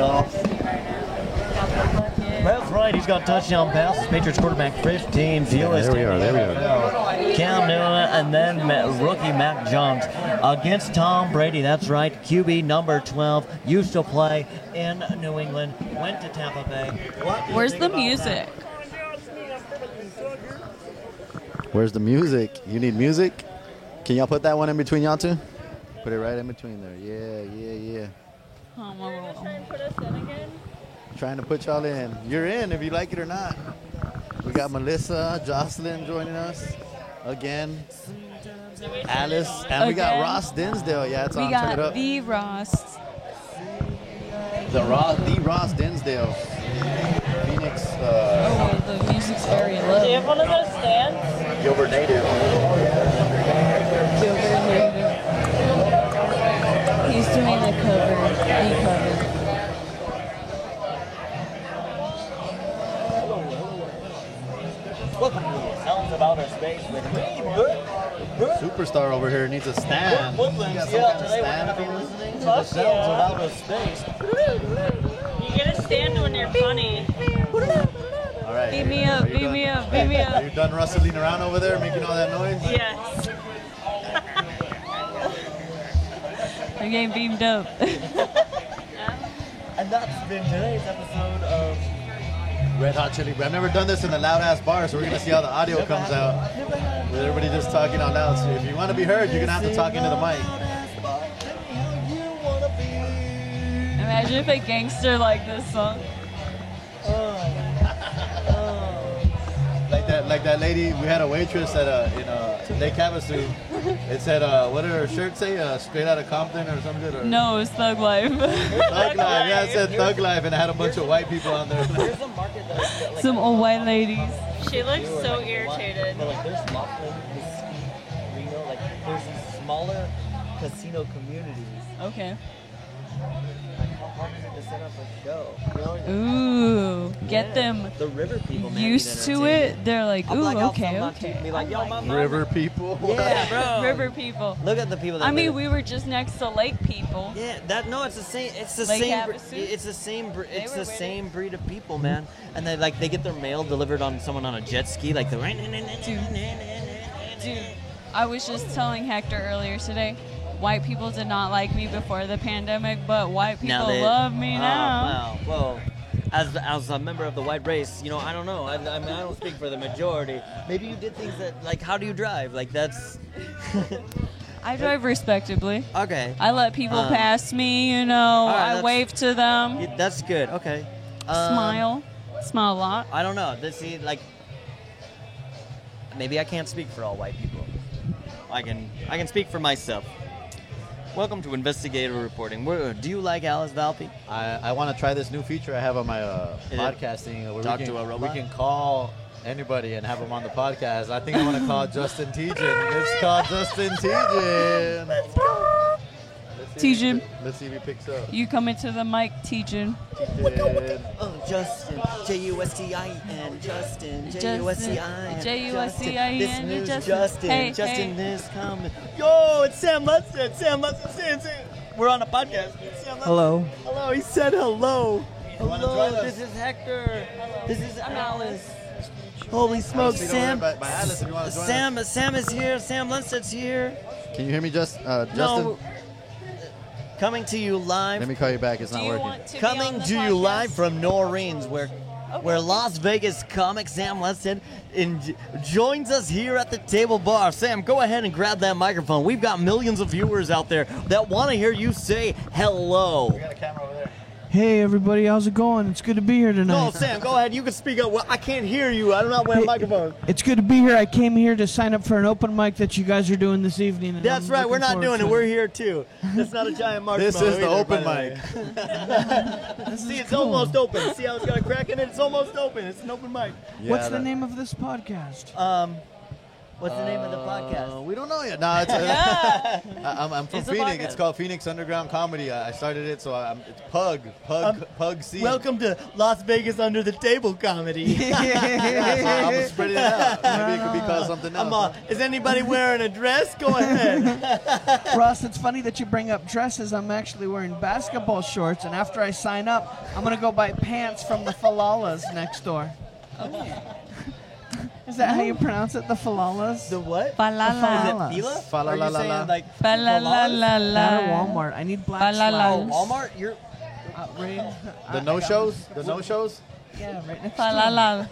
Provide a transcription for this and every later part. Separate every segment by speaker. Speaker 1: off. That's right. He's got touchdown passes. Patriots quarterback 15. Viewers.
Speaker 2: there we are, there we
Speaker 1: are. Cam Newman and then ma- rookie Mac Jones against Tom Brady. That's right. QB number 12 used to play in New England. Went to Tampa Bay. What do you
Speaker 3: Where's
Speaker 1: think
Speaker 3: the
Speaker 1: about that?
Speaker 3: music?
Speaker 2: Where's the music? You need music? Can y'all put that one in between y'all two? Put it right in between there. Yeah, yeah, yeah.
Speaker 3: Oh, I'm a little-
Speaker 2: Trying to put y'all in. You're in if you like it or not. We got Melissa, Jocelyn joining us again. Alice, and we got
Speaker 3: Again.
Speaker 2: Ross Dinsdale. Yeah, it's
Speaker 3: We
Speaker 2: on. Check it
Speaker 3: got
Speaker 2: up.
Speaker 3: the Ross.
Speaker 2: The Ross, the Ross Dinsdale, Phoenix, uh,
Speaker 3: Oh, the music's very low.
Speaker 4: Do you have one of those stands?
Speaker 1: Oh.
Speaker 2: Gilbert native.
Speaker 3: He's doing the cover, the cover.
Speaker 1: Welcome to the Sounds of Outer Space with me, Bert. Bert.
Speaker 2: Superstar over here needs a stand.
Speaker 1: Woodlands,
Speaker 2: You got some
Speaker 1: yeah,
Speaker 2: kind of
Speaker 1: today
Speaker 2: stand if
Speaker 1: we're gonna be
Speaker 2: you're listening?
Speaker 1: to the
Speaker 4: Fuck yeah.
Speaker 1: Sounds of Outer Space.
Speaker 4: You get a stand when you're funny.
Speaker 2: All right.
Speaker 3: Beat me
Speaker 2: are
Speaker 3: up,
Speaker 2: you
Speaker 3: beat
Speaker 2: done-
Speaker 3: me up, beat me
Speaker 2: Are
Speaker 3: up.
Speaker 2: you done rustling around over there, making all that noise?
Speaker 4: Yes.
Speaker 3: I'm getting beamed up.
Speaker 1: And that's been today's episode of
Speaker 2: Red Hot Chili. I've never done this in a loud ass bar, so we're gonna see how the audio comes out. With everybody just talking out loud. So if you want to be heard, you're gonna have to talk into the mic.
Speaker 3: Imagine if a gangster like this song.
Speaker 2: Like that, like that lady. We had a waitress at a in uh Lake Havasu. It said, uh, what did her shirt say? Uh, straight out of Compton or something? Or
Speaker 3: No, it's Thug Life.
Speaker 2: Thug Life. Yeah, it said Thug Life, and it had a bunch of white people on there.
Speaker 1: There's a market that's got, like,
Speaker 3: Some old white ladies.
Speaker 4: She looks so irritated.
Speaker 1: But like there's Laughlin, Mesquite, Reno, like there's these smaller casino communities.
Speaker 3: Okay.
Speaker 1: Like how hard is it to set up a show? You know?
Speaker 3: Ooh, get
Speaker 1: Yeah.
Speaker 3: them
Speaker 1: The river people man,
Speaker 3: used
Speaker 1: need
Speaker 3: to it. They're like,
Speaker 1: entertainment. I'll
Speaker 3: ooh,
Speaker 1: black out
Speaker 3: okay,
Speaker 1: someone to Be
Speaker 3: okay.
Speaker 1: like, Yo, my mama.
Speaker 2: River people.
Speaker 1: Yeah, bro.
Speaker 3: River people.
Speaker 1: Look at the people. That
Speaker 3: I mean,
Speaker 1: live-
Speaker 3: we were just next to lake people.
Speaker 1: Yeah, that no, it's the same. It's the
Speaker 3: Lake
Speaker 1: same. br-
Speaker 3: Havasu?
Speaker 1: It's the same. br- It's
Speaker 3: were
Speaker 1: the
Speaker 3: waiting.
Speaker 1: same breed of people, man. And they like they get their mail delivered on someone on a jet ski, like the.
Speaker 3: Dude, I was just telling Hector earlier today, white people did not like me before the pandemic, but white people
Speaker 1: Now they-
Speaker 3: love me
Speaker 1: Oh,
Speaker 3: now.
Speaker 1: Wow. Well, as, as a member of the white race, you know, I don't know. I, I mean, I don't speak for the majority. Maybe you did things that, like, how do you drive? Like, that's.
Speaker 3: I drive respectably.
Speaker 1: okay.
Speaker 3: I let people
Speaker 1: Um,
Speaker 3: pass me, you know,
Speaker 1: right,
Speaker 3: I
Speaker 1: that's-
Speaker 3: wave to them,
Speaker 1: Yeah, that's good. Okay. Um,
Speaker 3: smile, smile a lot.
Speaker 1: I don't know. This see, like, maybe I can't speak for all white people. I can I can speak for myself. Welcome to investigative reporting. Where, do you like Alice Valpy?
Speaker 2: I, I want to try this new feature I have on my uh,
Speaker 1: Is it
Speaker 2: podcasting. uh, Where
Speaker 1: talk
Speaker 2: we can,
Speaker 1: to a robot?
Speaker 2: We can call anybody and have them on the podcast. I think I want to call Justin Tejan. It's called Justin Tejan. Let's see if he
Speaker 3: Tejan.
Speaker 2: pi- Let's see if he picks up.
Speaker 3: You come into the mic, Tejan.
Speaker 2: Tejan.
Speaker 1: Oh, Justin, J U S T I N, Justin, J U S T I N,
Speaker 3: Justin, J-U-S-T-I-N,
Speaker 1: This news,
Speaker 3: Justin.
Speaker 1: Justin,
Speaker 3: Hey,
Speaker 1: Justin
Speaker 3: hey.
Speaker 1: is coming. Yo, it's Sam Lester, it's Sam Lester, Sam, Sam. We're on a podcast. It's Sam Lester.
Speaker 5: Hello.
Speaker 1: Hello, he said hello.
Speaker 2: wanna try
Speaker 1: Hello,
Speaker 2: this?
Speaker 1: this is Hector. This is Alice. Holy smokes,
Speaker 2: Alice, you don't
Speaker 1: Sam.
Speaker 2: remember by- by Alice if you wanna join us.
Speaker 1: Sam, Sam is here. Sam Lundstedt's here.
Speaker 2: Can you hear me, Just, uh, Justin?
Speaker 1: No, coming to you live
Speaker 2: Let me call you back. It's
Speaker 3: Do
Speaker 2: not
Speaker 3: you
Speaker 2: working.
Speaker 3: want to be on
Speaker 1: coming
Speaker 3: the
Speaker 1: to
Speaker 3: podcast?
Speaker 1: you live from New Orleans, where where Las Vegas comic Sam Leston in, joins us here at the table bar. Sam, go ahead and grab that microphone. We've got millions of viewers out there that want to hear you say hello.
Speaker 2: we got a camera over there.
Speaker 5: Hey everybody, how's it going? It's good to be here
Speaker 1: No,
Speaker 5: tonight.
Speaker 1: Sam, go ahead. You can speak up. Well, I can't hear you. I'm not wearing a microphone.
Speaker 5: It's good to be here. I came here to sign up for an open mic that you guys are doing this evening. and
Speaker 1: That's
Speaker 5: I'm
Speaker 1: right.
Speaker 5: looking
Speaker 1: We're not
Speaker 5: forward
Speaker 1: doing
Speaker 5: to
Speaker 1: it. We're here too. It's not a giant marshmallow.
Speaker 2: This is the
Speaker 1: either,
Speaker 2: open
Speaker 1: by the
Speaker 2: mic.
Speaker 1: way. See, it's almost open. See how it's got a crack in it? It's almost open. It's an open mic.
Speaker 2: Yeah,
Speaker 5: What's the
Speaker 2: that-
Speaker 1: Uh,
Speaker 5: name of this podcast?
Speaker 1: Um,
Speaker 6: What's the name of the
Speaker 2: Uh,
Speaker 6: podcast?
Speaker 2: we don't know yet. No, it's, I, am I'm from
Speaker 6: It's a
Speaker 2: Phoenix.
Speaker 6: podcast.
Speaker 2: It's called Phoenix Underground Comedy. I I started it, so I'm, it's Pug. Pug.
Speaker 1: Um,
Speaker 2: Pug C.
Speaker 1: Welcome to Las Vegas under the table comedy.
Speaker 2: Yeah, so I'm spreading it out. Maybe it could be called something else.
Speaker 1: I'm, uh, is anybody wearing a dress? Go ahead.
Speaker 5: Ross, it's funny that you bring up dresses. I'm actually wearing basketball shorts, and after I sign up, I'm gonna go buy pants from the Falalas next door.
Speaker 1: Oh.
Speaker 5: Is that how you pronounce it? The Falalas?
Speaker 1: the what?
Speaker 3: Balala.
Speaker 5: Falalas.
Speaker 6: Fila?
Speaker 2: Fa la
Speaker 6: Are you
Speaker 2: la la
Speaker 6: saying,
Speaker 2: la.
Speaker 6: like
Speaker 3: Balala.
Speaker 5: Not at Walmart. I need black
Speaker 6: Oh,
Speaker 3: Falalas.
Speaker 5: slides. Uh,
Speaker 6: Walmart? You're
Speaker 5: Outrage. I-
Speaker 2: the
Speaker 5: I
Speaker 2: no
Speaker 5: got
Speaker 2: shows. The no shows.
Speaker 5: this- Yeah, right next to it.
Speaker 3: Balala.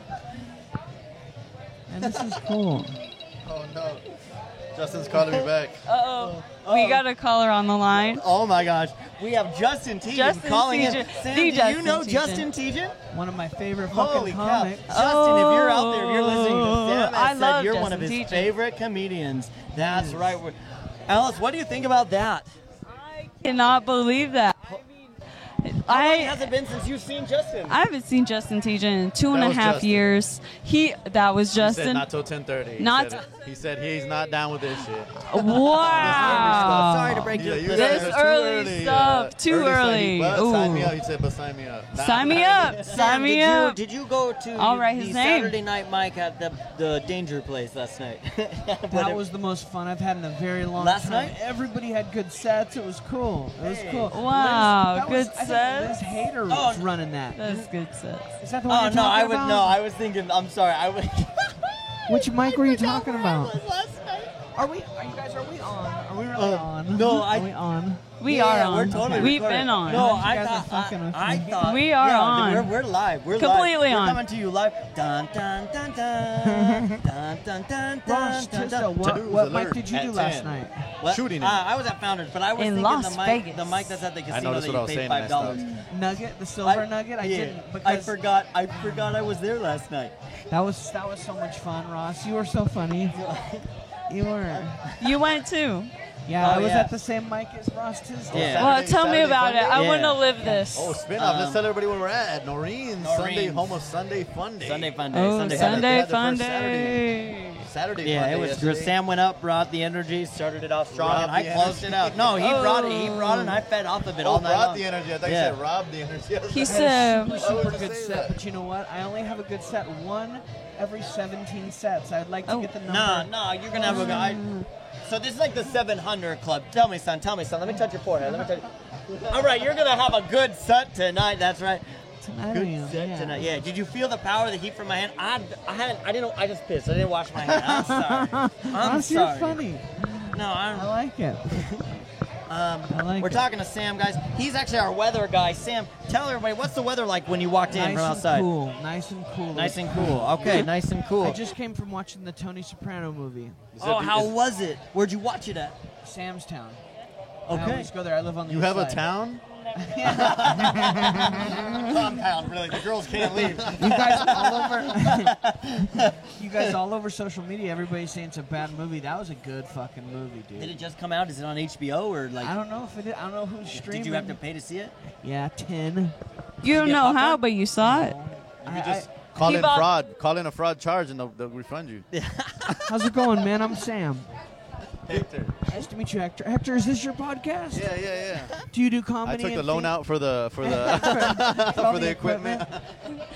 Speaker 5: And this is cool.
Speaker 2: Oh no. Justin's calling me back.
Speaker 3: Uh-oh.
Speaker 5: Oh.
Speaker 3: We got a caller on the line.
Speaker 1: Oh my gosh. We have Justin Teagan
Speaker 3: Justin
Speaker 1: calling in.
Speaker 3: Teagan.
Speaker 1: Sam,
Speaker 3: The
Speaker 1: do you
Speaker 3: Justin
Speaker 1: know
Speaker 3: Teagan.
Speaker 1: Justin Teagan?
Speaker 5: One of my favorite fucking
Speaker 1: Holy cow.
Speaker 5: comics.
Speaker 1: Justin, if you're out there, if you're listening to Sam,
Speaker 3: Oh. I
Speaker 1: said
Speaker 3: love
Speaker 1: you're one of his
Speaker 3: Justin Teagan.
Speaker 1: favorite comedians. That's right. We're- Alice, what do you think about that?
Speaker 3: I cannot believe that.
Speaker 1: How long
Speaker 3: I
Speaker 1: has it been since you've seen Justin?
Speaker 3: I haven't seen Justin Tejan in two and
Speaker 2: That
Speaker 3: a half
Speaker 2: was Justin.
Speaker 3: years. He that was
Speaker 2: He said
Speaker 3: Justin.
Speaker 2: not till 10:30. He
Speaker 3: Not
Speaker 2: said it. He said he's not down with this shit.
Speaker 3: wow.
Speaker 1: Sorry to break
Speaker 2: Yeah,
Speaker 1: you.
Speaker 2: you
Speaker 1: up,
Speaker 2: guys
Speaker 1: but-
Speaker 3: This
Speaker 2: are too
Speaker 3: early
Speaker 2: uh,
Speaker 3: stuff, too early.
Speaker 2: But sign me
Speaker 3: Ooh.
Speaker 2: up. He said, but sign me up. Nah,
Speaker 3: Sign me up.
Speaker 1: Sam,
Speaker 3: Sign
Speaker 1: did
Speaker 3: me
Speaker 1: you,
Speaker 3: up.
Speaker 1: Did you go to
Speaker 3: I'll write
Speaker 1: the
Speaker 3: his name.
Speaker 1: Saturday Night Mike at the, the Danger Place last night?
Speaker 5: That was the most fun I've had in a very long
Speaker 1: Last
Speaker 5: time.
Speaker 1: night?
Speaker 5: Everybody had good sets. It was cool. It was cool.
Speaker 3: Wow,
Speaker 5: Liz, that
Speaker 3: good
Speaker 5: was, I think
Speaker 3: sets.
Speaker 5: Liz Hader
Speaker 1: Oh,
Speaker 5: was running that.
Speaker 3: That's good sense.
Speaker 5: Is that the one
Speaker 1: Oh
Speaker 5: you're
Speaker 1: no, I
Speaker 5: talking
Speaker 1: would
Speaker 5: about?
Speaker 1: no. I was thinking. I'm sorry. I would.
Speaker 5: Which mic were you talking about? Are we? Are you guys? Are we on? Are we really
Speaker 1: Uh,
Speaker 5: on? Are
Speaker 1: no, I-
Speaker 5: we on?
Speaker 3: We
Speaker 1: Yeah,
Speaker 3: are on.
Speaker 1: We're totally
Speaker 3: We've
Speaker 1: recording.
Speaker 3: been on.
Speaker 1: No,
Speaker 5: You
Speaker 1: I
Speaker 5: guys are
Speaker 1: thought,
Speaker 5: fucking
Speaker 1: I,
Speaker 5: with
Speaker 1: I
Speaker 5: me.
Speaker 1: thought
Speaker 3: We are
Speaker 1: yeah,
Speaker 3: on.
Speaker 1: We're, we're live. We're
Speaker 3: Completely
Speaker 1: live.
Speaker 3: on.
Speaker 1: We're coming to you live. Dun dun dun dun dun dun dun
Speaker 5: Ross,
Speaker 1: dun dun.
Speaker 5: Tisdale,
Speaker 1: dun.
Speaker 5: what,
Speaker 2: News
Speaker 5: what mic
Speaker 2: alert
Speaker 5: did you
Speaker 2: at
Speaker 5: do last
Speaker 2: 10.
Speaker 5: night?
Speaker 1: Well,
Speaker 2: Shooting it.
Speaker 1: Uh, I was at Founders, but I was
Speaker 3: In
Speaker 1: thinking
Speaker 3: Las
Speaker 1: the mic,
Speaker 3: Vegas.
Speaker 1: the mic that's at the
Speaker 2: I know,
Speaker 1: casino
Speaker 2: that's
Speaker 1: that
Speaker 2: what I
Speaker 1: you
Speaker 2: was
Speaker 1: pay
Speaker 2: saying. and I
Speaker 1: five
Speaker 2: stopped.
Speaker 1: dollars.
Speaker 5: Nugget, the silver nugget. I
Speaker 1: yeah,
Speaker 5: didn't because
Speaker 1: I forgot. I forgot I was there last night.
Speaker 5: that was that was so much fun, Ross. You were so funny. You were.
Speaker 3: You went too.
Speaker 5: Yeah, I
Speaker 1: Oh,
Speaker 5: was
Speaker 1: yeah.
Speaker 5: at the same mic as Ross Tisdale.
Speaker 1: Yeah.
Speaker 3: Well,
Speaker 2: Saturday,
Speaker 3: tell me
Speaker 2: Saturday,
Speaker 3: about it. I
Speaker 1: Sunday?
Speaker 3: want
Speaker 1: Yeah.
Speaker 3: to live this.
Speaker 2: Oh, spin off. Let's
Speaker 1: Um,
Speaker 2: tell everybody where we're at. Noreen, Sunday,
Speaker 1: Noreen's.
Speaker 2: home of Sunday Fun Day.
Speaker 1: Sunday fun day.
Speaker 3: Oh,
Speaker 1: Sunday, fun day.
Speaker 2: They
Speaker 3: Sunday
Speaker 2: had the
Speaker 3: fun
Speaker 2: first
Speaker 3: day.
Speaker 2: Saturday. Saturday
Speaker 1: Yeah,
Speaker 2: Fun
Speaker 1: it
Speaker 2: Day
Speaker 1: was.
Speaker 2: yesterday.
Speaker 1: Sam went up, brought the energy, started it off strong,
Speaker 2: Robbed
Speaker 1: and I
Speaker 2: the
Speaker 1: closed it
Speaker 2: energy.
Speaker 1: out. No, he
Speaker 3: Oh.
Speaker 1: brought it. He brought it, and I fed off of it all
Speaker 2: Oh,
Speaker 1: night
Speaker 2: brought
Speaker 1: long.
Speaker 2: the energy. I thought
Speaker 1: Yeah.
Speaker 2: you said robbed the energy. I was
Speaker 3: He
Speaker 2: like,
Speaker 3: said,
Speaker 5: Super,
Speaker 2: I would
Speaker 5: super
Speaker 2: just
Speaker 5: good
Speaker 2: say
Speaker 5: set,
Speaker 2: that.
Speaker 5: but you know what? I only have a good set one every 17 sets. I'd like to
Speaker 3: Oh.
Speaker 5: get the number.
Speaker 1: Nah, nah, you're gonna have a guy. So this is like the 700 club. Tell me, son. Tell me, son. Let me touch your forehead. Let me touch. All right, you're gonna have a good set tonight. That's right.
Speaker 5: Tonight I
Speaker 1: Good
Speaker 5: am,
Speaker 1: set
Speaker 5: yeah.
Speaker 1: tonight. Yeah. Did you feel the power of the heat from my hand? I, I hadn't. I didn't. I just pissed. I didn't wash my hand. I'm sorry. I'm
Speaker 5: Ross,
Speaker 1: sorry.
Speaker 5: you're funny.
Speaker 1: No, I'm.
Speaker 5: I like it.
Speaker 1: Um,
Speaker 5: I like
Speaker 1: we're
Speaker 5: it.
Speaker 1: talking to Sam, guys. He's actually our weather guy. Sam, tell everybody what's the weather like when you walked in
Speaker 5: nice
Speaker 1: from outside.
Speaker 5: and cool. Nice and cool.
Speaker 1: Nice and cool. Okay, nice and cool.
Speaker 5: I just came from watching the Tony Soprano movie,
Speaker 2: Is that
Speaker 1: oh,
Speaker 2: the-
Speaker 1: how
Speaker 2: is-
Speaker 1: was it? Where'd you watch it at?
Speaker 5: Sam's Town. I
Speaker 1: Okay.
Speaker 5: always go there. I live on the
Speaker 2: You
Speaker 5: east
Speaker 2: have a
Speaker 5: side.
Speaker 2: town?
Speaker 1: Compound, really. The girls can't leave.
Speaker 5: You guys all over. you guys all over social media. Everybody's saying it's a bad movie. That was a good fucking movie, dude.
Speaker 1: Did it just come out? Is it on HBO or like?
Speaker 5: I don't know if it. Is, I don't know who's streaming.
Speaker 1: Did you have to pay to see it?
Speaker 5: Yeah, ten.
Speaker 3: You don't
Speaker 1: get
Speaker 3: know how,
Speaker 1: popcorn?
Speaker 3: but you saw it.
Speaker 5: I-
Speaker 2: Just
Speaker 5: I-
Speaker 2: call
Speaker 3: He
Speaker 2: in
Speaker 3: bought-
Speaker 2: fraud. Call in a fraud charge and they'll, they'll refund you.
Speaker 5: how's it going, man? I'm Sam.
Speaker 2: Hector.
Speaker 5: Nice to meet you, Hector. Hector, is this your podcast?
Speaker 2: Yeah, yeah, yeah.
Speaker 5: Do you do comedy?
Speaker 2: I took the
Speaker 5: and
Speaker 2: loan
Speaker 5: thing-
Speaker 2: out for the for the
Speaker 5: all
Speaker 2: for the equipment.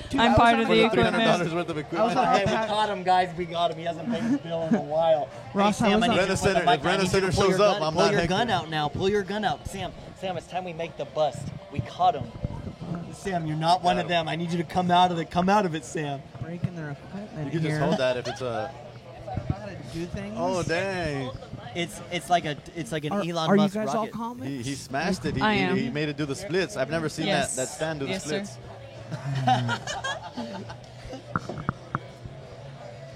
Speaker 5: Dude, I
Speaker 3: I'm
Speaker 5: was
Speaker 3: part
Speaker 5: on
Speaker 3: of the
Speaker 2: for the
Speaker 5: podcast.
Speaker 2: three hundred dollars
Speaker 3: equipment.
Speaker 2: worth
Speaker 5: was on-
Speaker 2: of equipment.
Speaker 1: Hey, we caught him, guys. We got him. He hasn't paid his bill in a while.
Speaker 5: Ross,
Speaker 1: hey,
Speaker 5: I
Speaker 1: Sam,
Speaker 5: was
Speaker 1: I
Speaker 5: on-
Speaker 2: Brandon
Speaker 1: need you to put the
Speaker 2: Center-
Speaker 1: mic-
Speaker 2: if Brandon
Speaker 1: I need you to
Speaker 2: Center
Speaker 1: pull your
Speaker 2: shows up,
Speaker 1: gun-
Speaker 2: I'm
Speaker 1: pull
Speaker 2: not
Speaker 1: your
Speaker 2: hectic.
Speaker 1: gun out now. Pull your gun out, Sam. Sam, it's time we make the bust. We caught him. Sam, you're not one of them. I need you to come out of it. Come out of it, Sam.
Speaker 5: breaking their equipment
Speaker 2: You can
Speaker 5: here.
Speaker 2: just hold that if it's a.
Speaker 5: I gotta do things.
Speaker 2: Oh dang!
Speaker 1: It's it's like a it's like an
Speaker 5: Are,
Speaker 1: Elon
Speaker 5: are you
Speaker 1: Musk
Speaker 5: guys all
Speaker 1: rocket.
Speaker 5: comics?
Speaker 2: He, he smashed it. He,
Speaker 3: I
Speaker 2: he-
Speaker 3: am.
Speaker 2: he made it do the splits. I've never seen
Speaker 3: Yes.
Speaker 2: that that stand do the
Speaker 3: Yes, sir.
Speaker 2: splits.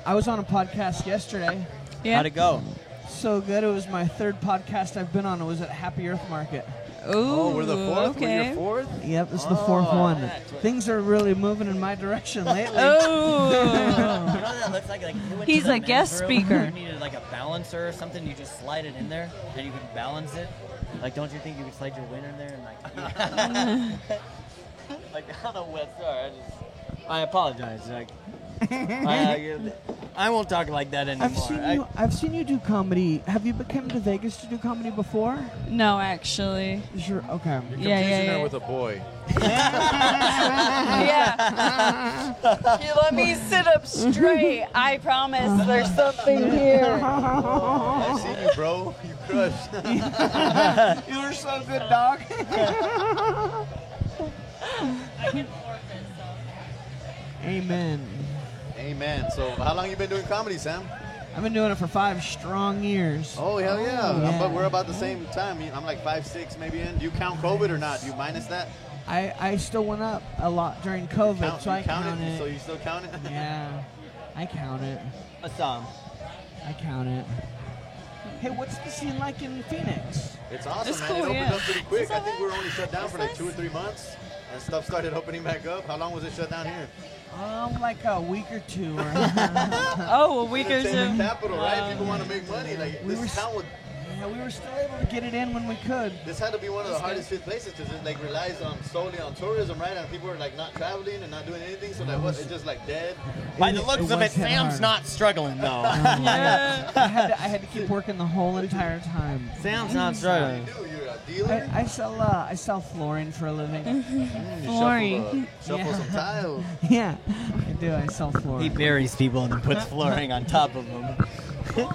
Speaker 5: I was on a podcast yesterday.
Speaker 3: Yeah.
Speaker 1: How'd it go?
Speaker 5: So good. It was my third podcast I've been on. It was at Happy Earth Market.
Speaker 2: Oh, we're the
Speaker 3: Ooh,
Speaker 2: fourth. We're
Speaker 3: Okay.
Speaker 2: your fourth.
Speaker 5: Yep, it's the fourth
Speaker 1: Oh,
Speaker 5: one.
Speaker 1: that's what-
Speaker 5: Things are really moving in my direction lately.
Speaker 3: Oh.
Speaker 1: You know what that looks like? Like if you went
Speaker 3: He's
Speaker 1: to the
Speaker 3: a guest
Speaker 1: men's room,
Speaker 3: speaker.
Speaker 1: You needed like a balancer or something. You just slide it in there, and you can balance it. Like, don't you think you could slide your wiener in there and like? like I don't know what. Sorry, I just. I apologize. Like, I, I- I won't talk like that anymore.
Speaker 5: I've seen
Speaker 1: I-
Speaker 5: you. I've seen you do comedy. Have you come to Vegas to do comedy before?
Speaker 3: No, actually.
Speaker 5: Is your okay?
Speaker 3: Yeah, yeah,
Speaker 7: Confusing her
Speaker 3: yeah.
Speaker 7: with a boy.
Speaker 3: yeah. you let me sit up straight. I promise there's something here. Oh.
Speaker 2: I've seen you, bro. You crushed.
Speaker 5: You were so good, dog.
Speaker 8: I can forfeit, so.
Speaker 5: Amen.
Speaker 2: Amen. So, how long you been doing comedy, Sam?
Speaker 5: I've been doing it for five strong years.
Speaker 2: Oh hell yeah!
Speaker 5: yeah.
Speaker 2: But we're about the same time. I'm like five, six, maybe in. Do you count COVID or not? Do you minus that?
Speaker 5: I, I still went up a lot during COVID,
Speaker 2: Count,
Speaker 5: so
Speaker 2: you
Speaker 5: I count, it.
Speaker 2: So you still count it?
Speaker 5: yeah, I count it.
Speaker 1: Assam.
Speaker 5: I count it. Hey, what's the scene like in Phoenix?
Speaker 2: It's awesome,
Speaker 3: It's
Speaker 2: man.
Speaker 3: cool,
Speaker 2: it opened
Speaker 3: yeah.
Speaker 2: up pretty quick. I
Speaker 3: alright.
Speaker 2: think we were only shut down for like
Speaker 3: nice.
Speaker 2: two or three months, and stuff started opening back up. How long was it shut down here?
Speaker 5: Um, like a week or two. Or,
Speaker 3: Oh, a week or
Speaker 2: Entertainment
Speaker 3: two.
Speaker 2: capital, right? People want to make money. Like
Speaker 5: We were
Speaker 2: this
Speaker 5: s-
Speaker 2: town, would,
Speaker 5: yeah, we were still able to get it in when we could.
Speaker 2: this had to be one of the hardest hit places because it like relies on solely on tourism, right? And people are like not traveling and not doing anything, so that was it's just like dead.
Speaker 1: By the looks of it,
Speaker 5: was hit
Speaker 1: Sam's
Speaker 5: hard.
Speaker 1: not struggling though.
Speaker 3: Yeah.
Speaker 5: I had, to, I had to keep working the whole entire time.
Speaker 1: Sam's not
Speaker 2: What do
Speaker 1: struggling.
Speaker 2: you do? You're a dealer.
Speaker 5: I, I sell uh, I sell flooring for a living.
Speaker 2: You
Speaker 3: Flooring.
Speaker 2: Shuffle, uh, shuffle
Speaker 5: Yeah.
Speaker 2: some tiles.
Speaker 5: yeah, I do. I sell
Speaker 1: He
Speaker 5: flooring.
Speaker 1: buries people and then puts flooring on top of them.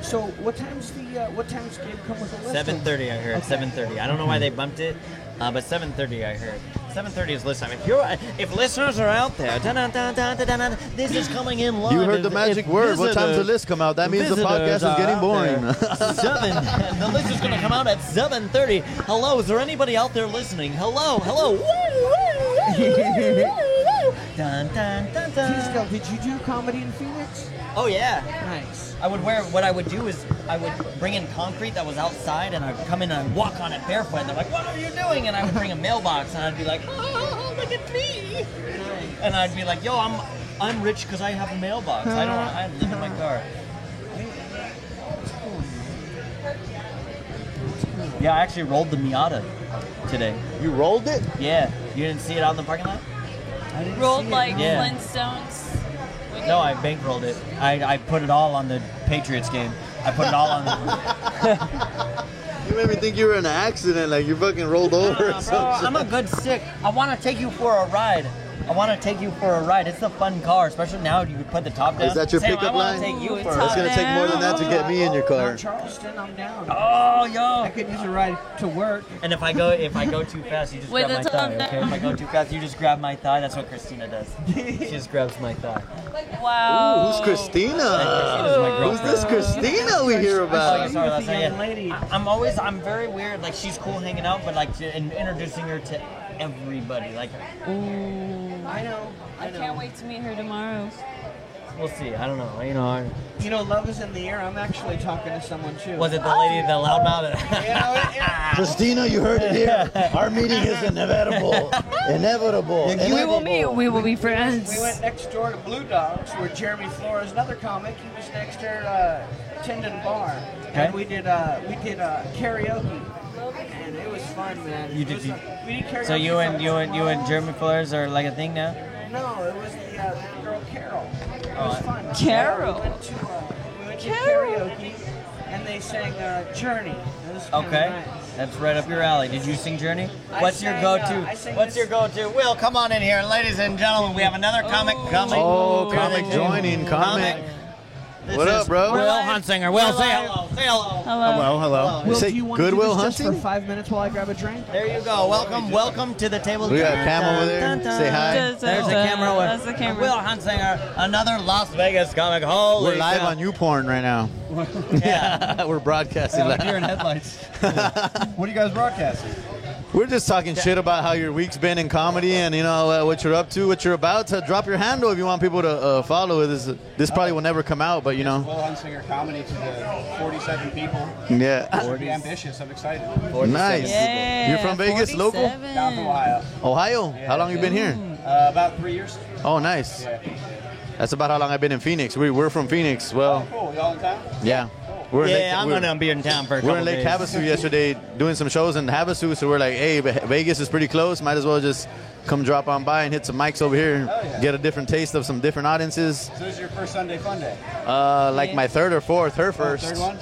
Speaker 5: So what times the uh, what times game come with the list?
Speaker 1: 7:30, I heard. 7:30. I don't know why they bumped it, uh, but 7:30, I heard. 7:30 is list time. If you're, if listeners are out there, da-da-da-da-da-da-da, this is coming in live.
Speaker 2: You heard the
Speaker 1: If-
Speaker 2: magic
Speaker 1: if
Speaker 2: word. What time's the
Speaker 1: visitors-
Speaker 2: list come out? That means the podcast is
Speaker 1: visitors are
Speaker 2: getting
Speaker 1: out
Speaker 2: boring.
Speaker 1: there. seven. The list is going to come out at 7:30. Hello, is there anybody out there listening? Hello, hello. Woo, woo, woo, woo, woo. Dun, dun, dun, dun.
Speaker 5: Tisco, did you do comedy in Phoenix?
Speaker 1: Oh yeah.
Speaker 5: Nice.
Speaker 1: I would wear. What I would do is I would bring in concrete that was outside, and I'd come in and I'd walk on it barefoot. And they're like, "What are you doing?" And I would bring a mailbox, and I'd be like, "Oh, look at me!" And I'd be like, "Yo, I'm I'm rich because I have a mailbox. I don't. I live in my car." Yeah, I actually rolled the Miata today.
Speaker 2: You rolled it?
Speaker 1: Yeah, you didn't see it out in the parking lot?
Speaker 5: I didn't
Speaker 3: Rolled
Speaker 5: see it.
Speaker 3: like
Speaker 1: Yeah.
Speaker 3: Flintstones. When
Speaker 1: No,
Speaker 3: you-
Speaker 1: I bankrolled it. I, I put it all on the Patriots game. I put it all on. The,
Speaker 2: You made me think you were in an accident, like you fucking rolled over or
Speaker 1: Bro,
Speaker 2: something.
Speaker 1: I'm a good sick. I want to take you for a ride. I want to take you for a ride. It's a fun car, especially now you could put the top down.
Speaker 2: Is that your
Speaker 1: Sam,
Speaker 2: pickup
Speaker 1: I
Speaker 2: line?
Speaker 1: wanna take you
Speaker 3: Ooh,
Speaker 1: for a
Speaker 2: It's
Speaker 3: top
Speaker 2: gonna take more than that to
Speaker 3: down.
Speaker 2: get me in your car.
Speaker 5: Mount Charleston, I'm down.
Speaker 1: Oh,
Speaker 5: I
Speaker 1: yo.
Speaker 5: could use a ride to work.
Speaker 1: And if I go if I go too fast, you just
Speaker 3: With
Speaker 1: grab my
Speaker 3: the top
Speaker 1: thigh, okay?
Speaker 3: down.
Speaker 1: If I go too fast, you just grab my thigh. That's what Christina does. She just grabs my thigh.
Speaker 2: Oh,
Speaker 3: Wow.
Speaker 2: Who's Christina?
Speaker 1: Christina's my
Speaker 2: Who's this
Speaker 1: girlfriend.
Speaker 2: Christina we hear
Speaker 1: Oh,
Speaker 2: about?
Speaker 5: you
Speaker 1: sorry,
Speaker 5: with
Speaker 1: that's
Speaker 5: the
Speaker 1: not
Speaker 5: young
Speaker 1: it.
Speaker 5: lady.
Speaker 1: I- I'm always, I'm very weird. Like she's cool hanging out, but like to, and introducing her to everybody. Like
Speaker 5: I know.
Speaker 3: I can't wait to meet her tomorrow.
Speaker 1: we'll see. I don't know. You know, I-
Speaker 5: You know, love is in the air. I'm actually talking to someone too.
Speaker 1: was it the lady that
Speaker 5: You
Speaker 1: loudmouth?
Speaker 5: know, it- it-
Speaker 2: Christina, you heard it here. Our meeting is inevitable. Inevitable.
Speaker 3: We will meet. We will be friends.
Speaker 5: we went next door to Blue Dogs, where Jeremy Flores, another comic, he was next to her uh, Tendon Bar,
Speaker 1: Okay.
Speaker 5: and we did uh, we did uh, karaoke, and it was fun, man.
Speaker 1: You
Speaker 5: It
Speaker 1: did-
Speaker 5: was, uh, we did karaoke.
Speaker 1: So you
Speaker 5: for
Speaker 1: and you and you and
Speaker 5: months.
Speaker 1: German Flores are like a thing now.
Speaker 5: No, it was the uh, little girl Carol. It was
Speaker 1: Oh,
Speaker 5: fun.
Speaker 3: Carol.
Speaker 5: Yeah, we went to, uh, we went to
Speaker 3: Carol.
Speaker 5: karaoke, and they sang uh, Journey. It was kinda
Speaker 1: Okay,
Speaker 5: nice.
Speaker 1: that's right up your alley. Did you sing Journey?
Speaker 5: I
Speaker 1: What's your
Speaker 5: sang,
Speaker 1: go-to?
Speaker 5: uh, I sang
Speaker 1: What's
Speaker 5: this-
Speaker 1: your go-to? Will, come on in here, ladies and gentlemen. We have another comic coming.
Speaker 2: Oh,
Speaker 1: to
Speaker 2: comic
Speaker 1: the-
Speaker 2: joining, comic.
Speaker 1: This
Speaker 2: What
Speaker 1: is
Speaker 2: up, bro?
Speaker 1: Will
Speaker 2: We're
Speaker 1: Hunsinger. Will, say live. hello. Say hello.
Speaker 3: Hello.
Speaker 2: hello.
Speaker 5: Will,
Speaker 2: Say
Speaker 5: do you want to do
Speaker 2: Goodwill
Speaker 5: this just
Speaker 2: hunting?
Speaker 5: for five minutes while I grab a drink?
Speaker 1: There you go. Welcome, welcome to the table.
Speaker 2: We got a cam over there. Say hi.
Speaker 3: Does
Speaker 1: There's a
Speaker 3: it-
Speaker 1: camera. over-
Speaker 3: That's the camera.
Speaker 1: Will Hunsinger, another Las Vegas comic. Holy
Speaker 2: We're live
Speaker 1: cow.
Speaker 2: on YouPorn right now.
Speaker 1: Yeah.
Speaker 2: We're broadcasting live.
Speaker 9: in headlights. what are you guys broadcasting?
Speaker 2: We're just talking shit about how your week's been in comedy and you know uh, what you're up to, what you're about. To drop your handle if you want people to uh, follow. This this probably will never come out, but you know,
Speaker 9: Will Hunsinger comedy to the 47 people.
Speaker 2: yeah.
Speaker 9: Pretty ambitious. I'm excited.
Speaker 2: Nice.
Speaker 3: Yeah,
Speaker 2: You're from Vegas, local?
Speaker 3: 47.
Speaker 9: Down from Ohio.
Speaker 2: Ohio. How long you been here?
Speaker 9: Uh, about three years.
Speaker 2: Oh, nice.
Speaker 9: Yeah.
Speaker 2: That's about how long I've been in Phoenix. We we're from Phoenix. Well,
Speaker 9: Cool. Y'all in town?
Speaker 2: yeah.
Speaker 9: Cool.
Speaker 2: We're in Lake-
Speaker 1: Yeah, I'm
Speaker 2: we're-
Speaker 1: gonna be in town for a
Speaker 2: We
Speaker 1: couple
Speaker 2: were in Lake
Speaker 1: days.
Speaker 2: Havasu yesterday doing some shows in Havasu, so we're like, hey, Ve- Vegas is pretty close. Might as well just come drop on by and hit some mics over here and
Speaker 9: Oh, yeah.
Speaker 2: get a different taste of some different audiences.
Speaker 9: So this is your first Sunday fun day.
Speaker 2: Uh, like my third or fourth, her first.
Speaker 9: Third one?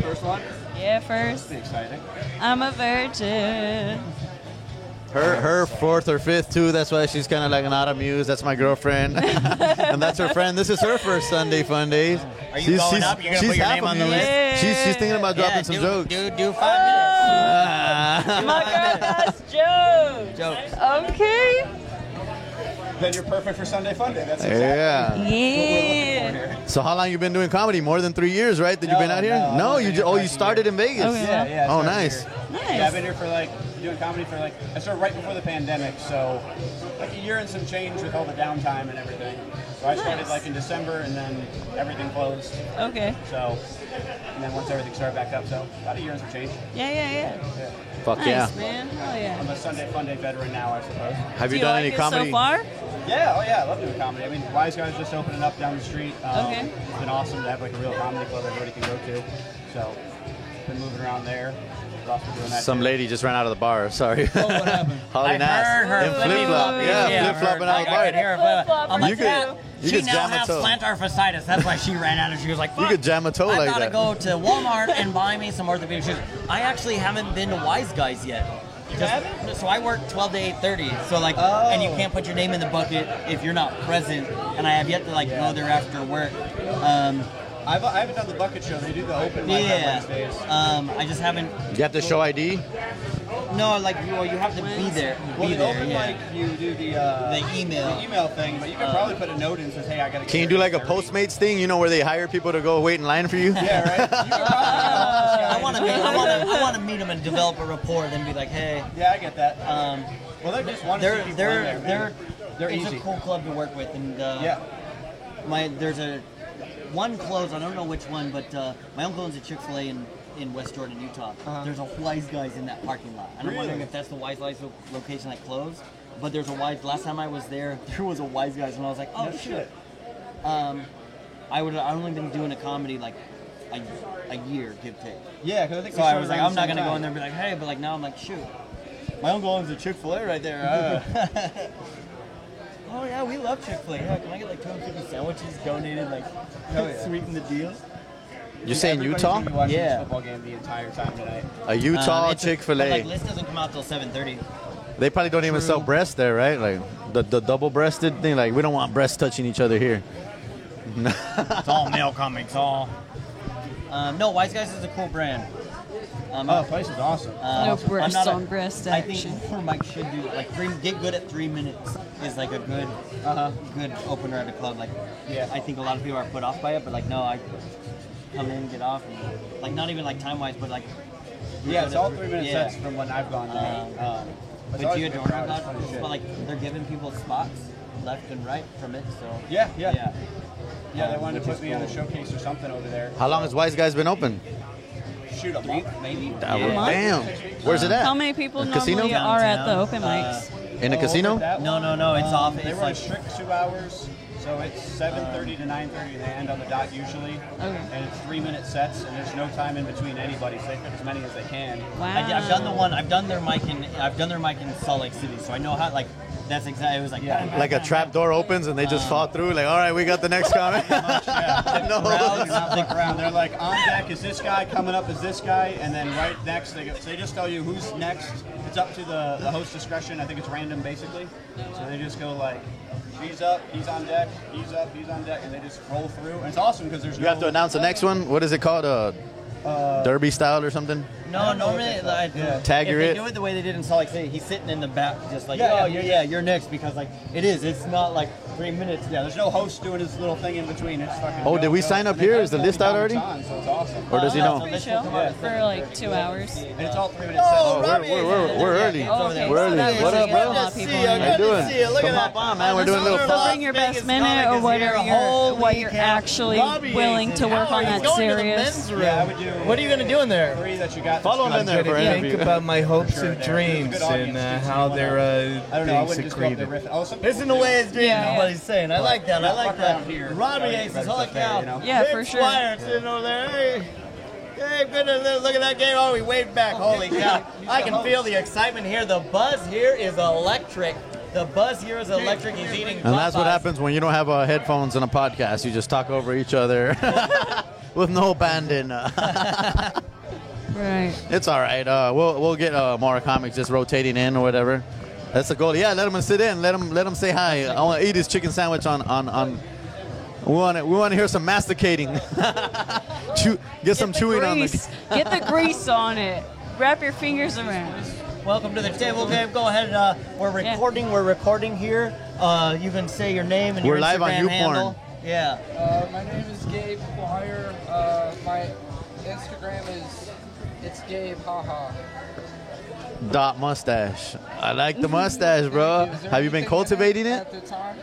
Speaker 9: First one?
Speaker 3: Yeah, first.
Speaker 9: Pretty exciting.
Speaker 3: I'm a virgin.
Speaker 2: Her her fourth or fifth too. That's why she's kind of like not amused. That's my girlfriend, and that's her friend. This is her first Sunday Fun Days.
Speaker 1: Are you going up? You're gonna put your
Speaker 2: half
Speaker 1: name on the
Speaker 2: amused.
Speaker 3: list?
Speaker 2: She's, she's thinking about dropping
Speaker 1: Yeah,
Speaker 2: some
Speaker 1: do,
Speaker 2: jokes.
Speaker 1: Do, do five minutes.
Speaker 3: Oh, My girl does jokes.
Speaker 1: Jokes.
Speaker 3: Okay.
Speaker 9: Then you're perfect for Sunday fun day. That's exactly
Speaker 2: Yeah.
Speaker 3: Yeah.
Speaker 2: So how long you been doing comedy? More than three years, right? That you've been
Speaker 9: No,
Speaker 2: out here?
Speaker 9: no, I've
Speaker 2: No,
Speaker 9: been
Speaker 2: you
Speaker 9: here
Speaker 2: ju- oh
Speaker 9: for
Speaker 2: you
Speaker 9: a
Speaker 2: started
Speaker 9: year.
Speaker 2: in Vegas.
Speaker 3: Okay.
Speaker 9: Yeah, yeah. I
Speaker 2: Oh,
Speaker 9: started
Speaker 2: nice.
Speaker 9: here.
Speaker 3: Nice.
Speaker 9: Yeah, I've been here for like doing comedy for like I started right before the pandemic, so like a year and some change with all the downtime and everything. So I started
Speaker 3: Nice.
Speaker 9: like in December, and then everything closed.
Speaker 3: Okay.
Speaker 9: So and then once everything started back up, so about a year and some change.
Speaker 3: Yeah, yeah, yeah.
Speaker 2: Fuck
Speaker 3: Nice,
Speaker 2: yeah.
Speaker 3: man. Hell
Speaker 9: I'm
Speaker 3: yeah.
Speaker 9: a Sunday fun day veteran now, I suppose.
Speaker 2: Have
Speaker 3: Do
Speaker 2: you
Speaker 3: you
Speaker 2: done
Speaker 3: like
Speaker 2: any
Speaker 3: it
Speaker 2: comedy?
Speaker 3: so far?
Speaker 9: Yeah, oh yeah, I love doing comedy. I mean, Wise Guys just opening up down the street. Um,
Speaker 3: Okay.
Speaker 9: It's been awesome to have like a real comedy club everybody can go to. So been moving around there. Lots of doing that
Speaker 2: Some
Speaker 9: too.
Speaker 2: lady just ran out of the bar. Sorry.
Speaker 10: What happened?
Speaker 2: Holly
Speaker 1: Oh, I
Speaker 2: Nass.
Speaker 1: heard her
Speaker 2: in
Speaker 1: flipping
Speaker 2: flip flop.
Speaker 3: over.
Speaker 2: Yeah,
Speaker 3: Yeah,
Speaker 2: flip flopping
Speaker 1: I
Speaker 2: out of the bar.
Speaker 1: I could hear her flip. I'm like,
Speaker 2: You could-
Speaker 1: that-
Speaker 2: you
Speaker 1: she
Speaker 2: could
Speaker 1: now
Speaker 2: jam a
Speaker 1: has
Speaker 2: toe.
Speaker 1: plantar fasciitis. That's why she ran out of. She was like,
Speaker 2: You
Speaker 1: Fuck,
Speaker 2: could jam a toe
Speaker 1: I
Speaker 2: like
Speaker 1: gotta
Speaker 2: that."
Speaker 1: go to Walmart and buy me some orthopedic shoes. I actually haven't been to Wise Guys yet. Just- so I work 12 to 8:30. So like, and
Speaker 2: Oh.
Speaker 1: you can't put your name in the bucket if you're not present. And I have yet to like
Speaker 9: Yeah.
Speaker 1: go there after work. Um,
Speaker 9: I've, I haven't done the bucket show. They do the open mic on
Speaker 1: yeah.
Speaker 9: Wednesdays.
Speaker 1: Um, I just haven't.
Speaker 2: You have to show ID.
Speaker 1: No, like you, well, you have to be there.
Speaker 9: Well,
Speaker 1: Be
Speaker 9: the
Speaker 1: there.
Speaker 9: open
Speaker 1: Yeah.
Speaker 9: mic, you do the uh,
Speaker 1: The email.
Speaker 9: the email thing, but you can probably put a note in says, "Hey, I gotta."
Speaker 2: Can you do like a Postmates thing? You know where they hire people to go wait in line for you?
Speaker 9: Yeah, right. You can probably-
Speaker 1: I want to meet. I want to. I want to meet him and develop a rapport. Then be like, hey.
Speaker 9: yeah, I get that. Uh,
Speaker 1: Um,
Speaker 9: well, they're just one.
Speaker 1: they're they're
Speaker 9: there,
Speaker 1: they're
Speaker 9: man.
Speaker 1: they're it's
Speaker 9: easy.
Speaker 1: a cool club to work with, and uh,
Speaker 9: Yeah.
Speaker 1: my there's a one close. I don't know which one, but uh, my uncle owns a Chick Fil A in in West Jordan, Utah. There's a Wise Guys in that parking lot, and I'm wondering
Speaker 9: Uh-huh. Really?
Speaker 1: if that's the Wise Guys lo- location that closed. But there's a Wise. Last time I was there, there was a Wise Guys, and I was like, oh
Speaker 9: No
Speaker 1: shit.
Speaker 9: shit.
Speaker 1: I would I've only been doing a comedy like a, a year, give take.
Speaker 9: Yeah, because I think
Speaker 1: So
Speaker 9: we
Speaker 1: I
Speaker 9: started
Speaker 1: was like,
Speaker 9: around
Speaker 1: I'm not
Speaker 9: the
Speaker 1: gonna
Speaker 9: same
Speaker 1: go in there
Speaker 9: time.
Speaker 1: and be like, hey, but like now I'm like, shoot.
Speaker 9: My uncle owns a Chick Fil A right there. uh.
Speaker 1: Oh yeah, we love Chick Fil A. Yeah, can I get like 250 sandwiches donated, like
Speaker 9: Hell yeah.
Speaker 1: sweeten the deal?
Speaker 2: You're saying
Speaker 9: Everybody's
Speaker 2: Utah?
Speaker 9: gonna be watching this
Speaker 1: Yeah.
Speaker 9: Football game the entire time tonight.
Speaker 2: A Utah
Speaker 1: Um, it's a-
Speaker 2: Chick Fil
Speaker 1: but, Like
Speaker 2: A.
Speaker 1: list doesn't come out till 7:30.
Speaker 2: They probably don't even sell breast there, right? Like the, the double breasted thing. Like we don't want breasts touching each other here.
Speaker 1: It's all male comics, all. Um, no, Wise Guys is a cool brand. Um,
Speaker 9: Oh, the place is awesome.
Speaker 1: uh,
Speaker 3: No
Speaker 1: I'm
Speaker 3: breast
Speaker 1: not a-
Speaker 3: on breast
Speaker 1: I think
Speaker 3: action.
Speaker 1: more Mike should do like three. Get good at three minutes is like a good,
Speaker 3: Uh-huh.
Speaker 1: uh good opener at a club. Like,
Speaker 9: Yeah.
Speaker 1: I think a lot of people are put off by it, but like, no, I come in, get off, and like not even like time wise, but like.
Speaker 9: yeah, it's all three minute
Speaker 1: Yeah.
Speaker 9: sets from when I've gone to.
Speaker 1: Um,
Speaker 9: Um, it's
Speaker 1: But
Speaker 9: always
Speaker 1: you
Speaker 9: been
Speaker 1: don't
Speaker 9: crowded, it's
Speaker 1: about
Speaker 9: fun as shit.
Speaker 1: but like they're giving people spots left and right from it, so
Speaker 9: yeah, yeah, yeah,
Speaker 1: yeah.
Speaker 9: They
Speaker 1: um,
Speaker 9: wanted to
Speaker 1: which
Speaker 9: put
Speaker 1: is
Speaker 9: me on a
Speaker 1: cool.
Speaker 9: showcase or something over there.
Speaker 2: How long has Wise Guys been open?
Speaker 9: Shoot, a month maybe.
Speaker 1: Yeah.
Speaker 2: Damn. Where's it at?
Speaker 3: How many people
Speaker 2: A
Speaker 3: normally
Speaker 2: casino? Uh,
Speaker 3: are at the
Speaker 1: Downtown.
Speaker 3: open mics?
Speaker 2: In a
Speaker 9: Oh,
Speaker 2: casino?
Speaker 9: over that
Speaker 1: No,
Speaker 9: one.
Speaker 1: no, no, it's off.
Speaker 9: Um, They
Speaker 1: It's
Speaker 9: were
Speaker 1: like- Um,
Speaker 9: strict two hours, so it's 7:30 to 9:30. They end on the dot usually, and it's three minute sets, and there's no time in between anybody. So they put as many as they can.
Speaker 3: Wow.
Speaker 1: I, have done the
Speaker 3: Oh.
Speaker 1: one. I've done their mic in. I've done their mic in Salt Lake City, so I know how. Like that's exactly. It was like
Speaker 9: Yeah.
Speaker 2: Like a trap door opens and they just fall through. Like, all right, we got the next comment.
Speaker 9: crowd, not the crowd. They're like, on deck is this guy, coming up is this guy, and then right next, they, go, so they just tell you who's next. It's up to the, the host discretion. I think it's random, basically. So they just go like, he's up, he's on deck, he's up, he's on deck, and they just roll through. And it's awesome because there's
Speaker 2: You
Speaker 9: no,
Speaker 2: have to announce the next one. What is it called? Uh, Derby style or something?
Speaker 1: No, normally like
Speaker 9: Yeah.
Speaker 2: Tag
Speaker 1: if
Speaker 2: your
Speaker 1: they
Speaker 2: it.
Speaker 1: do it the way they did in Salt Lake City. He's sitting in the back, just like
Speaker 9: Yeah,
Speaker 1: oh
Speaker 9: yeah.
Speaker 1: you're, yeah, you're next because like it is. It's not like three minutes.
Speaker 9: Yeah, there's no host doing his little thing in between. It's fucking.
Speaker 2: Oh,
Speaker 9: go,
Speaker 2: did we
Speaker 9: go.
Speaker 2: sign up
Speaker 9: And they
Speaker 2: here?
Speaker 9: don't
Speaker 2: Is the
Speaker 9: tell
Speaker 2: list
Speaker 9: you how
Speaker 2: out
Speaker 9: it's
Speaker 2: already?
Speaker 9: on, so it's awesome.
Speaker 2: Or does he know?
Speaker 3: Pretty chill for like two hours.
Speaker 9: And it's all three minutes.
Speaker 2: Oh, we're, we're, we're, we're early.
Speaker 3: Oh, okay.
Speaker 2: We're
Speaker 3: So
Speaker 2: early.
Speaker 3: that
Speaker 2: What
Speaker 3: means
Speaker 2: up,
Speaker 3: you got a
Speaker 2: bro?
Speaker 3: lot of people
Speaker 2: How you
Speaker 3: in.
Speaker 2: doing? Come hop on, man. We're doing a little
Speaker 3: So
Speaker 2: pop.
Speaker 3: bring your best minute or what are your, what you're actually willing to work on that serious.
Speaker 9: Yeah, I would do.
Speaker 10: What are you gonna do in there?
Speaker 9: Three that you got.
Speaker 2: Follow him in there
Speaker 10: I'm
Speaker 2: for
Speaker 10: trying to think
Speaker 2: interview.
Speaker 10: about my hopes
Speaker 9: Sure,
Speaker 10: and
Speaker 9: there. There's a good
Speaker 10: dreams and
Speaker 9: audience,
Speaker 10: uh,
Speaker 9: too,
Speaker 10: how
Speaker 9: so
Speaker 10: they're
Speaker 9: I
Speaker 10: uh,
Speaker 9: don't know. I
Speaker 10: being
Speaker 9: wouldn't just go up there
Speaker 10: secreted.
Speaker 9: riffing. Oh, some people
Speaker 10: Listen to
Speaker 9: do.
Speaker 10: Wade's dream.
Speaker 3: Yeah, yeah.
Speaker 10: What he's saying. I like that. I
Speaker 9: Fuck
Speaker 10: like
Speaker 9: around
Speaker 10: that.
Speaker 9: here.
Speaker 10: Robbie
Speaker 9: Yeah,
Speaker 10: Ace is
Speaker 9: that's
Speaker 10: all
Speaker 9: up there, you
Speaker 10: out.
Speaker 9: know?
Speaker 3: Yeah, for sure.
Speaker 10: sitting over there. Hey. Hey, goodness, look at that game. Oh, we waved back. Holy cow. I can feel the excitement here. The buzz here is electric. The buzz here is electric. He's eating
Speaker 2: And that's what
Speaker 10: Popeyes.
Speaker 2: happens when you don't have uh, headphones and a podcast. You just talk over each other with no abandon.
Speaker 3: Right.
Speaker 2: It's all right. Uh, we'll we'll get uh, more comics just rotating in or whatever. That's the goal. Yeah, let them sit in. Let them let them say hi. I want to eat his chicken sandwich on on on. We want to we want to hear some masticating. Chew, get some chewing on
Speaker 3: Grease.
Speaker 2: the.
Speaker 3: Get the grease on it. Wrap your fingers around.
Speaker 10: Welcome to the table game. Go ahead. Uh, we're
Speaker 3: Yeah.
Speaker 10: recording. We're recording here. Uh, you can say your name and
Speaker 2: We're
Speaker 10: your
Speaker 2: live on
Speaker 10: Instagram
Speaker 2: YouPorn.
Speaker 10: handle. Yeah.
Speaker 11: Uh, my name is Gabe Hoyer. Uh, my Instagram is it's Gabe Haha.
Speaker 2: Dot mustache. I like the mustache, bro.
Speaker 11: Is there
Speaker 2: Have you been
Speaker 11: anything in
Speaker 2: cultivating it? Uh,
Speaker 11: At the time?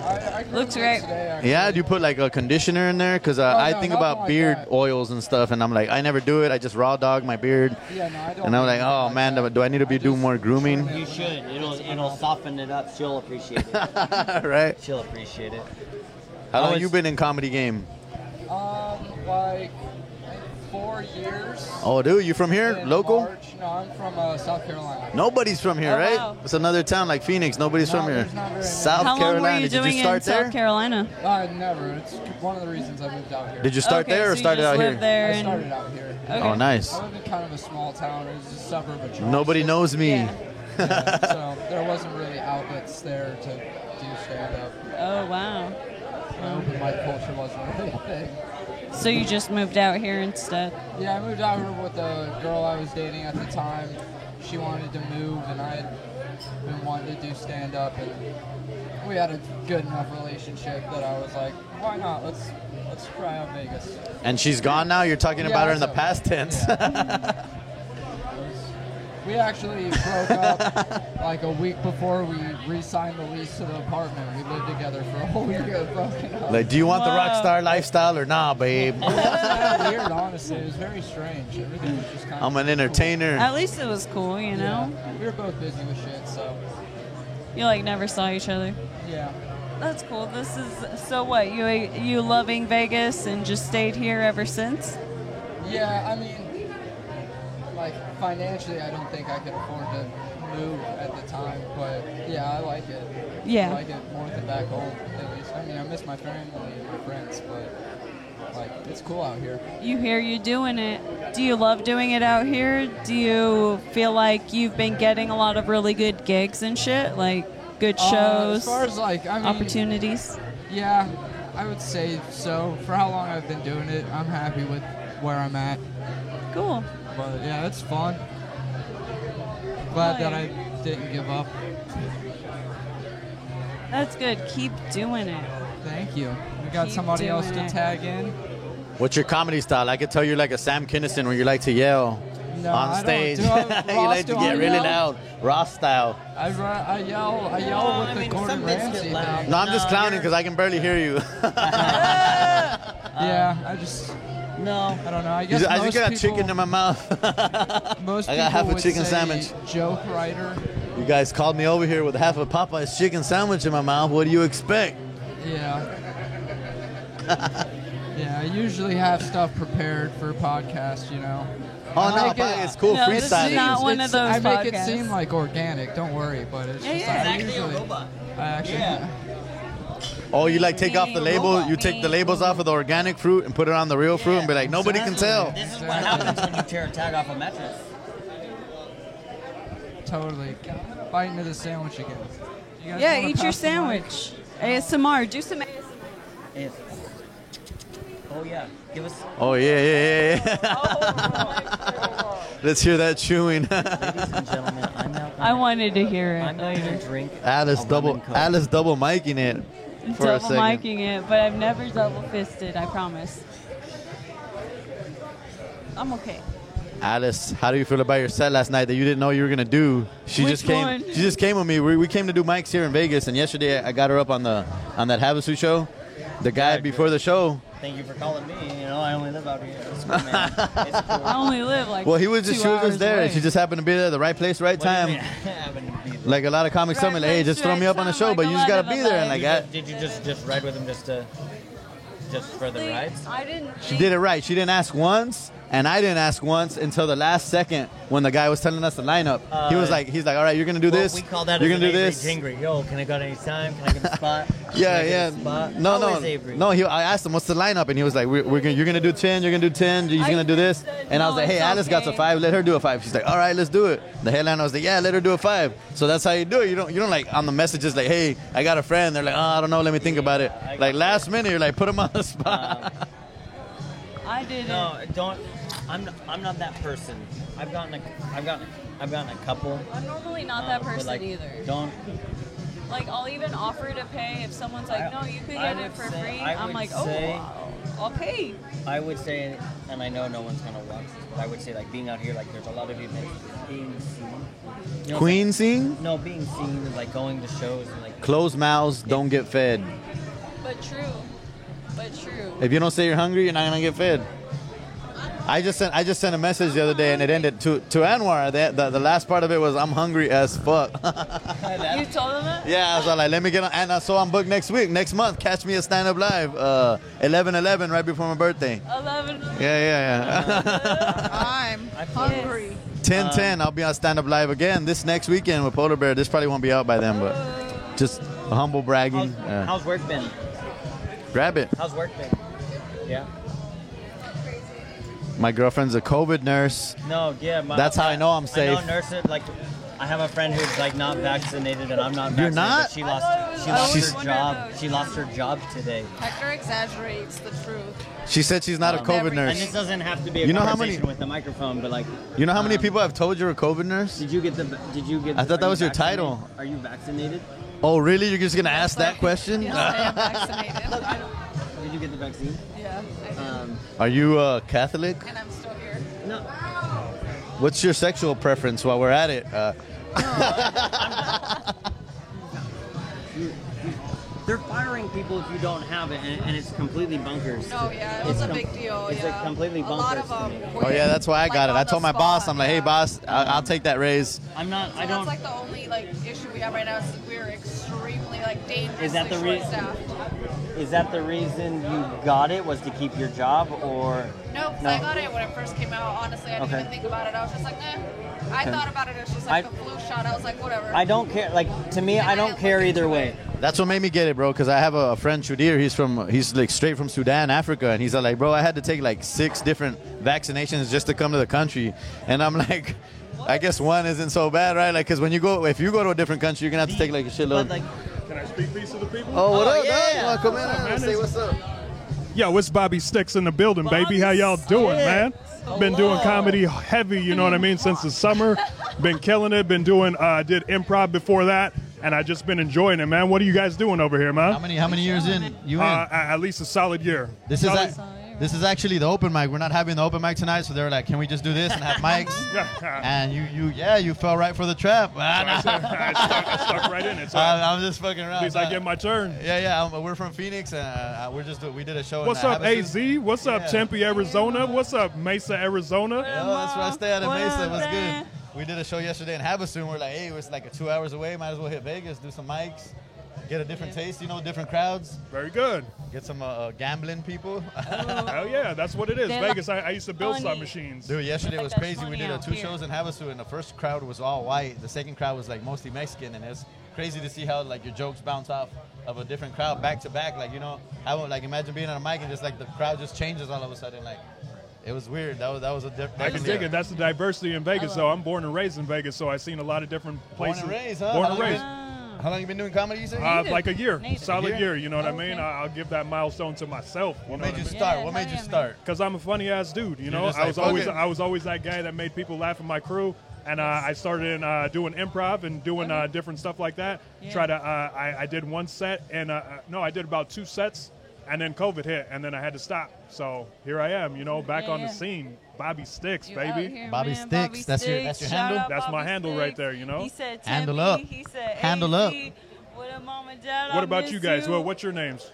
Speaker 11: I, I grew
Speaker 3: Looks
Speaker 11: one
Speaker 3: great.
Speaker 11: Today, actually.
Speaker 2: Yeah, do you put like a conditioner in there? Because uh,
Speaker 11: Oh,
Speaker 2: I
Speaker 11: no,
Speaker 2: think
Speaker 11: nothing
Speaker 2: about
Speaker 11: like
Speaker 2: beard
Speaker 11: that.
Speaker 2: oils and stuff, and I'm like, I never do it. I just raw dog my beard,
Speaker 11: Yeah, no, I don't
Speaker 2: and I'm
Speaker 11: do
Speaker 2: like,
Speaker 11: anything
Speaker 2: oh
Speaker 11: like
Speaker 2: man,
Speaker 11: that.
Speaker 2: do, do I need to be
Speaker 11: just
Speaker 2: doing more grooming?
Speaker 11: trim
Speaker 10: You should. It'll it'll soften it up. She'll appreciate it.
Speaker 2: right?
Speaker 10: She'll appreciate it.
Speaker 2: How long
Speaker 3: Oh,
Speaker 10: it's-
Speaker 2: you been in comedy game?
Speaker 11: it. Um, like four years.
Speaker 2: Oh, dude, you from here?
Speaker 11: in
Speaker 2: Local?
Speaker 11: March. No, I'm from uh, South Carolina.
Speaker 2: Nobody's from here,
Speaker 3: Oh,
Speaker 2: right?
Speaker 3: wow.
Speaker 2: It's another town like Phoenix. Nobody's
Speaker 11: No,
Speaker 2: from here.
Speaker 11: there's not very many.
Speaker 2: South
Speaker 3: How long
Speaker 2: Carolina.
Speaker 3: were you
Speaker 2: Did
Speaker 3: doing
Speaker 2: you
Speaker 3: in
Speaker 2: start there?
Speaker 3: South Carolina?
Speaker 11: Uh, never. It's one of the reasons I moved out here.
Speaker 2: Did you start
Speaker 3: okay,
Speaker 2: there or
Speaker 3: so
Speaker 2: started
Speaker 3: you just
Speaker 2: out here?
Speaker 3: lived There
Speaker 11: I
Speaker 3: and-
Speaker 11: started out here.
Speaker 3: okay.
Speaker 2: Oh, nice.
Speaker 11: I live in kind of a small town. It was a suburb of Charleston.
Speaker 2: Nobody knows me.
Speaker 3: Yeah.
Speaker 11: Yeah, so there wasn't really outlets there to do stand up.
Speaker 3: Oh wow.
Speaker 11: Open mic culture wasn't really a thing.
Speaker 3: So you just moved out here instead.
Speaker 11: Yeah, I moved out here with a girl I was dating at the time. She wanted to move, and I had been wanting to do stand up, and we had a good enough relationship that I was like, why not? Let's let's try out Vegas.
Speaker 2: And she's gone now. You're talking
Speaker 11: Yeah,
Speaker 2: about her in the
Speaker 11: so-
Speaker 2: past tense.
Speaker 11: We actually broke up like a week before we re-signed the lease to the apartment. We lived together for a whole year. Broken up.
Speaker 2: like, do you want the rock
Speaker 3: Wow.
Speaker 2: star lifestyle or nah, babe?
Speaker 11: Kinda weird, honestly. It was very strange. Everything was just kind of.
Speaker 2: I'm an entertainer.
Speaker 3: At least it was cool, you know.
Speaker 11: We were both busy with shit, so
Speaker 3: You like never saw each other.
Speaker 11: yeah.
Speaker 3: That's cool. This is so what you you loving Vegas and just stayed here ever since.
Speaker 11: Yeah, I mean, like financially, I don't think I could afford to move at the time, but yeah, I like it.
Speaker 3: Yeah.
Speaker 11: I like it more than back home, at least. I mean, I miss my family and my friends, but like, it's cool out here.
Speaker 3: You hear you doing it. Do you love doing it out here? Do you feel like you've been getting a lot of really good gigs and shit, like good
Speaker 11: Uh,
Speaker 3: shows,
Speaker 11: as far as like, I mean,
Speaker 3: opportunities?
Speaker 11: Yeah, I would say so. For how long I've been doing it, I'm happy with where I'm at.
Speaker 3: Cool.
Speaker 11: But yeah, it's fun. Glad that I didn't give up.
Speaker 3: That's good. Keep doing it.
Speaker 11: Thank you. We got
Speaker 3: Keep
Speaker 11: somebody else
Speaker 3: doing
Speaker 11: to
Speaker 3: it.
Speaker 11: tag in.
Speaker 2: What's your comedy style? I could tell you're like a Sam Kinison where you like to yell
Speaker 11: No,
Speaker 2: on
Speaker 11: I don't
Speaker 2: stage.
Speaker 11: do- Ross,
Speaker 2: you like to
Speaker 11: do
Speaker 2: get
Speaker 11: I
Speaker 2: really
Speaker 11: yell?
Speaker 2: loud, Ross style.
Speaker 11: I, ru- I yell,
Speaker 10: No,
Speaker 11: I yell with
Speaker 10: Oh, I
Speaker 11: the
Speaker 10: mean,
Speaker 11: Gordon
Speaker 10: some bits get
Speaker 11: Ramsay.
Speaker 10: loud.
Speaker 11: thing.
Speaker 2: No, I'm just
Speaker 10: No,
Speaker 2: clowning
Speaker 10: you're-
Speaker 2: because I can barely hear you.
Speaker 11: yeah, I just,
Speaker 10: No.
Speaker 11: I don't know. I
Speaker 2: I
Speaker 11: guess
Speaker 2: just
Speaker 11: most
Speaker 2: got
Speaker 11: people,
Speaker 2: chicken in my mouth.
Speaker 11: most
Speaker 2: I got half
Speaker 11: people
Speaker 2: a
Speaker 11: would
Speaker 2: chicken
Speaker 11: say
Speaker 2: sandwich.
Speaker 11: Joke writer.
Speaker 2: You guys called me over here with half a Popeye's chicken sandwich in my mouth. What do you expect?
Speaker 11: Yeah. yeah, I usually have stuff prepared for podcasts, you know.
Speaker 2: Oh
Speaker 11: I
Speaker 2: no,
Speaker 11: make
Speaker 2: Popeye,
Speaker 11: it-
Speaker 2: it's cool
Speaker 3: No, this is
Speaker 2: freestyling.
Speaker 3: not one of
Speaker 11: it's-
Speaker 3: those
Speaker 11: I make
Speaker 3: podcasts.
Speaker 11: it seem like organic. Don't worry, but it's
Speaker 3: Yeah,
Speaker 11: just
Speaker 3: yeah.
Speaker 11: I
Speaker 3: It's
Speaker 10: Actually, a
Speaker 11: usually-
Speaker 10: robot.
Speaker 11: I actually,
Speaker 10: Yeah.
Speaker 2: Oh, you like take off the
Speaker 3: Being
Speaker 2: label,
Speaker 3: robot.
Speaker 2: you take the
Speaker 3: Being
Speaker 2: labels off of the organic fruit and put it on the real fruit and be like, nobody can tell.
Speaker 10: This is what happens when you tear a tag off a mattress.
Speaker 11: totally. Bite into the sandwich again. You guys
Speaker 3: Yeah,
Speaker 11: wanna
Speaker 3: eat your
Speaker 11: pass the mic?
Speaker 3: sandwich. ASMR. Do some ASMR.
Speaker 10: If- Oh yeah. Give us.
Speaker 2: Oh yeah, yeah, yeah. yeah.
Speaker 10: Oh,
Speaker 2: Let's hear that chewing.
Speaker 10: Ladies and gentlemen, I'm not.
Speaker 3: I wanted to hear it
Speaker 10: I'm not
Speaker 3: later.
Speaker 10: even drink.
Speaker 2: Alice
Speaker 10: a
Speaker 2: double,
Speaker 10: lemon Coke.
Speaker 2: Alice double miking it for a
Speaker 3: double
Speaker 2: second.
Speaker 3: miking it, but I've never double fisted. I promise. I'm okay.
Speaker 2: Alice, how do you feel about your set last night that you didn't know you were gonna do? She
Speaker 3: Which
Speaker 2: just came.
Speaker 3: one?
Speaker 2: She just came with me. We, we came to do mics here in Vegas, and yesterday I got her up on the on that Havasu show. The guy before the show,
Speaker 10: Thank you for calling me. You know, I only live out here. It's cool, man. It's cool.
Speaker 3: I only live like.
Speaker 2: Well, he was just
Speaker 3: two
Speaker 2: she was
Speaker 3: hours
Speaker 2: just there.
Speaker 3: away.
Speaker 2: She just happened to be there, at the right place, right
Speaker 10: What do you
Speaker 2: time.
Speaker 10: mean? I wouldn't be there.
Speaker 2: Like a lot of comics, tell me,
Speaker 3: Right
Speaker 2: like, hey,
Speaker 3: place,
Speaker 2: just throw
Speaker 3: right
Speaker 2: me up on the
Speaker 3: time,
Speaker 2: show,
Speaker 3: like
Speaker 2: but
Speaker 3: a
Speaker 2: you
Speaker 3: lot
Speaker 2: just
Speaker 3: of
Speaker 2: gotta be there. And
Speaker 3: other
Speaker 2: like,
Speaker 10: Did you-
Speaker 2: I,
Speaker 10: Did you just just ride with him just to?
Speaker 1: just for the rides?
Speaker 3: I didn't.
Speaker 2: She did it right. She didn't ask once, and I didn't ask once until the last second when the guy was telling us the lineup. he was
Speaker 1: Uh,
Speaker 2: like, he's like, all right, you're gonna do
Speaker 1: Well,
Speaker 2: this.
Speaker 1: we call that
Speaker 2: you're
Speaker 1: as
Speaker 2: gonna
Speaker 1: an
Speaker 2: do
Speaker 1: Avery
Speaker 2: this.
Speaker 1: Jingry. Yo, can I go to any time? Can I get a spot? Can I
Speaker 2: Yeah,
Speaker 1: get
Speaker 2: yeah.
Speaker 1: a spot?
Speaker 2: No,
Speaker 1: Always
Speaker 2: no,
Speaker 1: Avery.
Speaker 2: no. He, I asked him, what's the lineup, and he was like, we're, we're gonna, you're gonna do ten, you're gonna do ten, he's
Speaker 3: I
Speaker 2: gonna do this,
Speaker 3: said,
Speaker 2: and I was
Speaker 3: "No,
Speaker 2: like, hey,
Speaker 3: it's
Speaker 2: Alice got to
Speaker 3: okay."
Speaker 2: five, let her do a five. She's like, all right, let's do it. The headliner was like, yeah, let her do a five. So that's how you do it. You don't, you don't like on the messages like, hey, I got a friend. They're like, oh, I don't know, let me think about it.
Speaker 1: I got Uh,
Speaker 2: Like last minute, you're like, put him on the spot.
Speaker 3: I didn't.
Speaker 1: No, don't. I'm not, I'm not that person. I've gotten a I've gotten a- I've gotten a couple.
Speaker 3: I'm normally not
Speaker 1: um,
Speaker 3: that
Speaker 1: but,
Speaker 3: person
Speaker 1: like,
Speaker 3: either.
Speaker 1: Don't.
Speaker 3: Like I'll even offer to pay if someone's like,
Speaker 1: I-
Speaker 3: "No, you could
Speaker 1: I
Speaker 3: get it
Speaker 1: would
Speaker 3: for
Speaker 1: say-
Speaker 3: free."
Speaker 1: I
Speaker 3: I'm
Speaker 1: would
Speaker 3: like, "Oh,
Speaker 1: say-
Speaker 3: I'll, I'll pay."
Speaker 1: I would say, and I know no one's gonna watch this, but I would say like being out here, like there's a lot of events being seen. You know,
Speaker 2: Queen sing,
Speaker 1: like- no, being seen is like going to shows and like.
Speaker 2: closed mouths don't get fed.
Speaker 3: But true. But true.
Speaker 2: If you don't say you're hungry, you're not gonna get fed. I just sent I just sent a message the other day and it ended to to Anwar. The, the, the last part of it was I'm hungry as fuck.
Speaker 3: You told them that?
Speaker 2: yeah, I was all like, let me get on. And I saw I'm booked next week, next month. Catch me at Stand Up Live, uh, 11:11, right before my birthday.
Speaker 3: Eleven.
Speaker 2: Yeah, yeah, yeah.
Speaker 5: I'm hungry.
Speaker 2: 10:10, I'll be on Stand Up Live again this next weekend with Polar Bear. This probably won't be out by then, but just humble
Speaker 1: How's,
Speaker 2: bragging. Yeah.
Speaker 1: how's work been?
Speaker 2: Grab it.
Speaker 1: How's work been? Yeah.
Speaker 2: My girlfriend's a COVID nurse.
Speaker 1: No, yeah. My,
Speaker 2: That's how I know I'm
Speaker 1: I know
Speaker 2: safe.
Speaker 1: nurses like. I have a friend who's like not vaccinated, and I'm not.
Speaker 2: You're
Speaker 1: vaccinated,
Speaker 2: not?
Speaker 1: but
Speaker 5: thought it was-
Speaker 1: She lost. She
Speaker 5: I
Speaker 1: lost
Speaker 2: always
Speaker 1: her
Speaker 3: wondered
Speaker 1: job.
Speaker 3: though.
Speaker 1: She lost her job today.
Speaker 5: Hector exaggerates the truth.
Speaker 2: She said she's not a
Speaker 1: Um,
Speaker 2: COVID
Speaker 1: And this
Speaker 2: nurse.
Speaker 1: doesn't have to be a
Speaker 2: You know how
Speaker 1: conversation
Speaker 2: many-
Speaker 1: with the microphone, but like,
Speaker 2: You know how many
Speaker 1: um,
Speaker 2: people I've told you're a COVID nurse?
Speaker 1: Did you get the? Did you get?
Speaker 2: I thought
Speaker 1: are
Speaker 2: that
Speaker 1: you
Speaker 2: was your
Speaker 1: vaccinated?
Speaker 2: title.
Speaker 1: Are you vaccinated?
Speaker 2: Oh, really? You're just gonna ask that question?
Speaker 5: Yes, I am vaccinated.
Speaker 1: Did you get the vaccine?
Speaker 5: yeah, I do.
Speaker 1: Um,
Speaker 2: Are you uh, Catholic?
Speaker 5: and I'm still here.
Speaker 1: no.
Speaker 2: What's your sexual preference? While we're at it, uh,
Speaker 1: They're firing people if you don't have it, and, and it's completely bunkers.
Speaker 5: No, Oh, yeah, it was
Speaker 1: It's
Speaker 5: a
Speaker 1: com-
Speaker 5: big deal.
Speaker 1: it's,
Speaker 5: yeah.
Speaker 1: like, completely
Speaker 5: a lot
Speaker 1: bonkers
Speaker 5: of
Speaker 1: to
Speaker 5: um,
Speaker 1: me.
Speaker 2: oh yeah, that's why I got it. I told my boss, I'm like, hey boss, I- I'll take that raise.
Speaker 1: I'm not. I
Speaker 5: So
Speaker 1: don't.
Speaker 5: that's like the only like issue we have right now is we're extremely like dangerously
Speaker 1: Is that the re-
Speaker 5: short-staffed.
Speaker 1: is that the reason you got it? Was to keep your job, or
Speaker 5: No, 'cause
Speaker 1: No.
Speaker 5: I got it when it first came out. Honestly, I didn't
Speaker 1: Okay.
Speaker 5: even think about it. I was just like, eh. I
Speaker 1: Okay.
Speaker 5: thought about it. It's just like
Speaker 1: I-
Speaker 5: the flu shot. I was like, whatever.
Speaker 1: I don't care. Like to me,
Speaker 5: And
Speaker 1: I
Speaker 5: I
Speaker 1: don't
Speaker 5: look
Speaker 1: care
Speaker 5: into
Speaker 1: either
Speaker 5: it.
Speaker 1: way.
Speaker 2: That's what made me get it, bro. Cause I have a friend Shudir. He's from he's like straight from Sudan, Africa, and he's uh, like, bro, I had to take like six different vaccinations just to come to the country, and I'm like. I guess one isn't so bad, right? Like, cause when you go, if you go to a different country, you're gonna have to take like a shitload.
Speaker 1: But like,
Speaker 12: Can I speak peace to the people?
Speaker 2: oh, what
Speaker 1: Oh,
Speaker 2: up,
Speaker 1: yeah.
Speaker 2: dog? You wanna come in
Speaker 12: man?
Speaker 2: and say what's up?
Speaker 12: Yo, it's Bobby Sticks in the building, baby. How y'all doing, man? Been doing comedy heavy, you know what I mean, since the summer. Been killing it. Been doing. uh, I did improv before that, and I just been enjoying it, man. What are you guys doing over here,
Speaker 2: How
Speaker 12: man?
Speaker 2: many? How many years in? You in?
Speaker 12: Uh, a- at least a solid year.
Speaker 2: This is
Speaker 12: Solid-
Speaker 2: ac- this is actually the open mic. We're not having the open mic tonight, so they were like, "Can we just do this and have mics?"
Speaker 12: Yeah.
Speaker 2: and you, you, yeah, you fell right for the trap.
Speaker 12: So I,
Speaker 2: Ah,
Speaker 12: said- I stuck, I stuck right in it.
Speaker 2: nah.
Speaker 12: So at
Speaker 2: I, am just fucking around.
Speaker 12: least I get my turn.
Speaker 2: Uh, yeah, yeah. um, we're from Phoenix, and uh, we're just we did a show. in,
Speaker 12: What's
Speaker 2: uh,
Speaker 12: up, AZ?
Speaker 2: Havasu.
Speaker 12: What's up,
Speaker 2: Yeah.
Speaker 12: Tempe, Arizona? What's up, Mesa, Arizona?
Speaker 2: Oh, that's where I stay at in
Speaker 3: What
Speaker 2: Mesa.
Speaker 3: up,
Speaker 2: What's
Speaker 3: man?
Speaker 2: good? We did a show yesterday in Havasu, and we're like, "Hey, it's like two hours away. Might as well hit Vegas, do some mics, get a different taste, you know, different crowds,
Speaker 12: Very good.
Speaker 2: get some uh, uh, gambling people."
Speaker 12: Hell yeah, that's what it is.
Speaker 3: They
Speaker 12: Vegas, I, I used to build
Speaker 3: Funny.
Speaker 12: slot machines.
Speaker 2: Dude, yesterday
Speaker 3: Like
Speaker 2: was
Speaker 3: that's
Speaker 2: crazy. We
Speaker 3: funny
Speaker 2: did uh,
Speaker 3: out
Speaker 2: two
Speaker 3: here.
Speaker 2: shows in Havasu, and the first crowd was all white. The second crowd was like mostly Mexican, and it's crazy to see how like your jokes bounce off of a different crowd back to back. Like you know, I would like imagine being on a mic and just like the crowd just changes all of a sudden. Like it was weird. That was that was a different.
Speaker 12: I can dig it. That's the diversity in Vegas, though. I'm born and raised in Vegas, so I've seen a lot of different
Speaker 2: Born
Speaker 12: places.
Speaker 2: and raised, huh?
Speaker 12: Born
Speaker 2: How
Speaker 12: and
Speaker 2: long you
Speaker 12: raised.
Speaker 2: been- How long you been doing comedy? You say?
Speaker 12: Uh,
Speaker 3: Native.
Speaker 12: like a year,
Speaker 3: Native. Oh,
Speaker 12: solid
Speaker 2: Year?
Speaker 12: year. You know what I mean?
Speaker 3: Okay.
Speaker 12: I- I'll give that milestone to myself. You
Speaker 2: what made you start?
Speaker 3: Yeah, hell
Speaker 2: what made you
Speaker 3: yeah, man.
Speaker 2: start?
Speaker 12: Because I'm a funny ass dude. You know,
Speaker 2: just
Speaker 12: I
Speaker 2: like,
Speaker 12: was
Speaker 2: fuck
Speaker 12: always
Speaker 2: it.
Speaker 12: I was always that guy that made people laugh in my crew, and uh, I started in uh, doing improv and doing uh, different stuff like that.
Speaker 3: Yeah.
Speaker 12: Try to uh, I, I did one set and uh, uh, no, I did about two sets, and then COVID hit, and then I had to stop. So here I am. You know, back
Speaker 3: Yeah,
Speaker 12: on
Speaker 3: yeah.
Speaker 12: the scene, Bobby Sticks,
Speaker 3: You out
Speaker 12: baby.
Speaker 3: here,
Speaker 2: Bobby
Speaker 3: man.
Speaker 2: Sticks.
Speaker 3: Bobby
Speaker 2: That's your- that's your
Speaker 3: Sticks.
Speaker 2: handle?
Speaker 3: Shout out
Speaker 12: That's my
Speaker 3: Bobby
Speaker 12: handle right
Speaker 3: Sticks.
Speaker 12: there, you know?
Speaker 3: He said,
Speaker 2: Handle
Speaker 3: Tempe.
Speaker 2: up.
Speaker 3: He said,
Speaker 2: Handle
Speaker 3: AC. What up, mom and dad? I
Speaker 12: What about
Speaker 3: miss
Speaker 12: you guys? What, what's your names?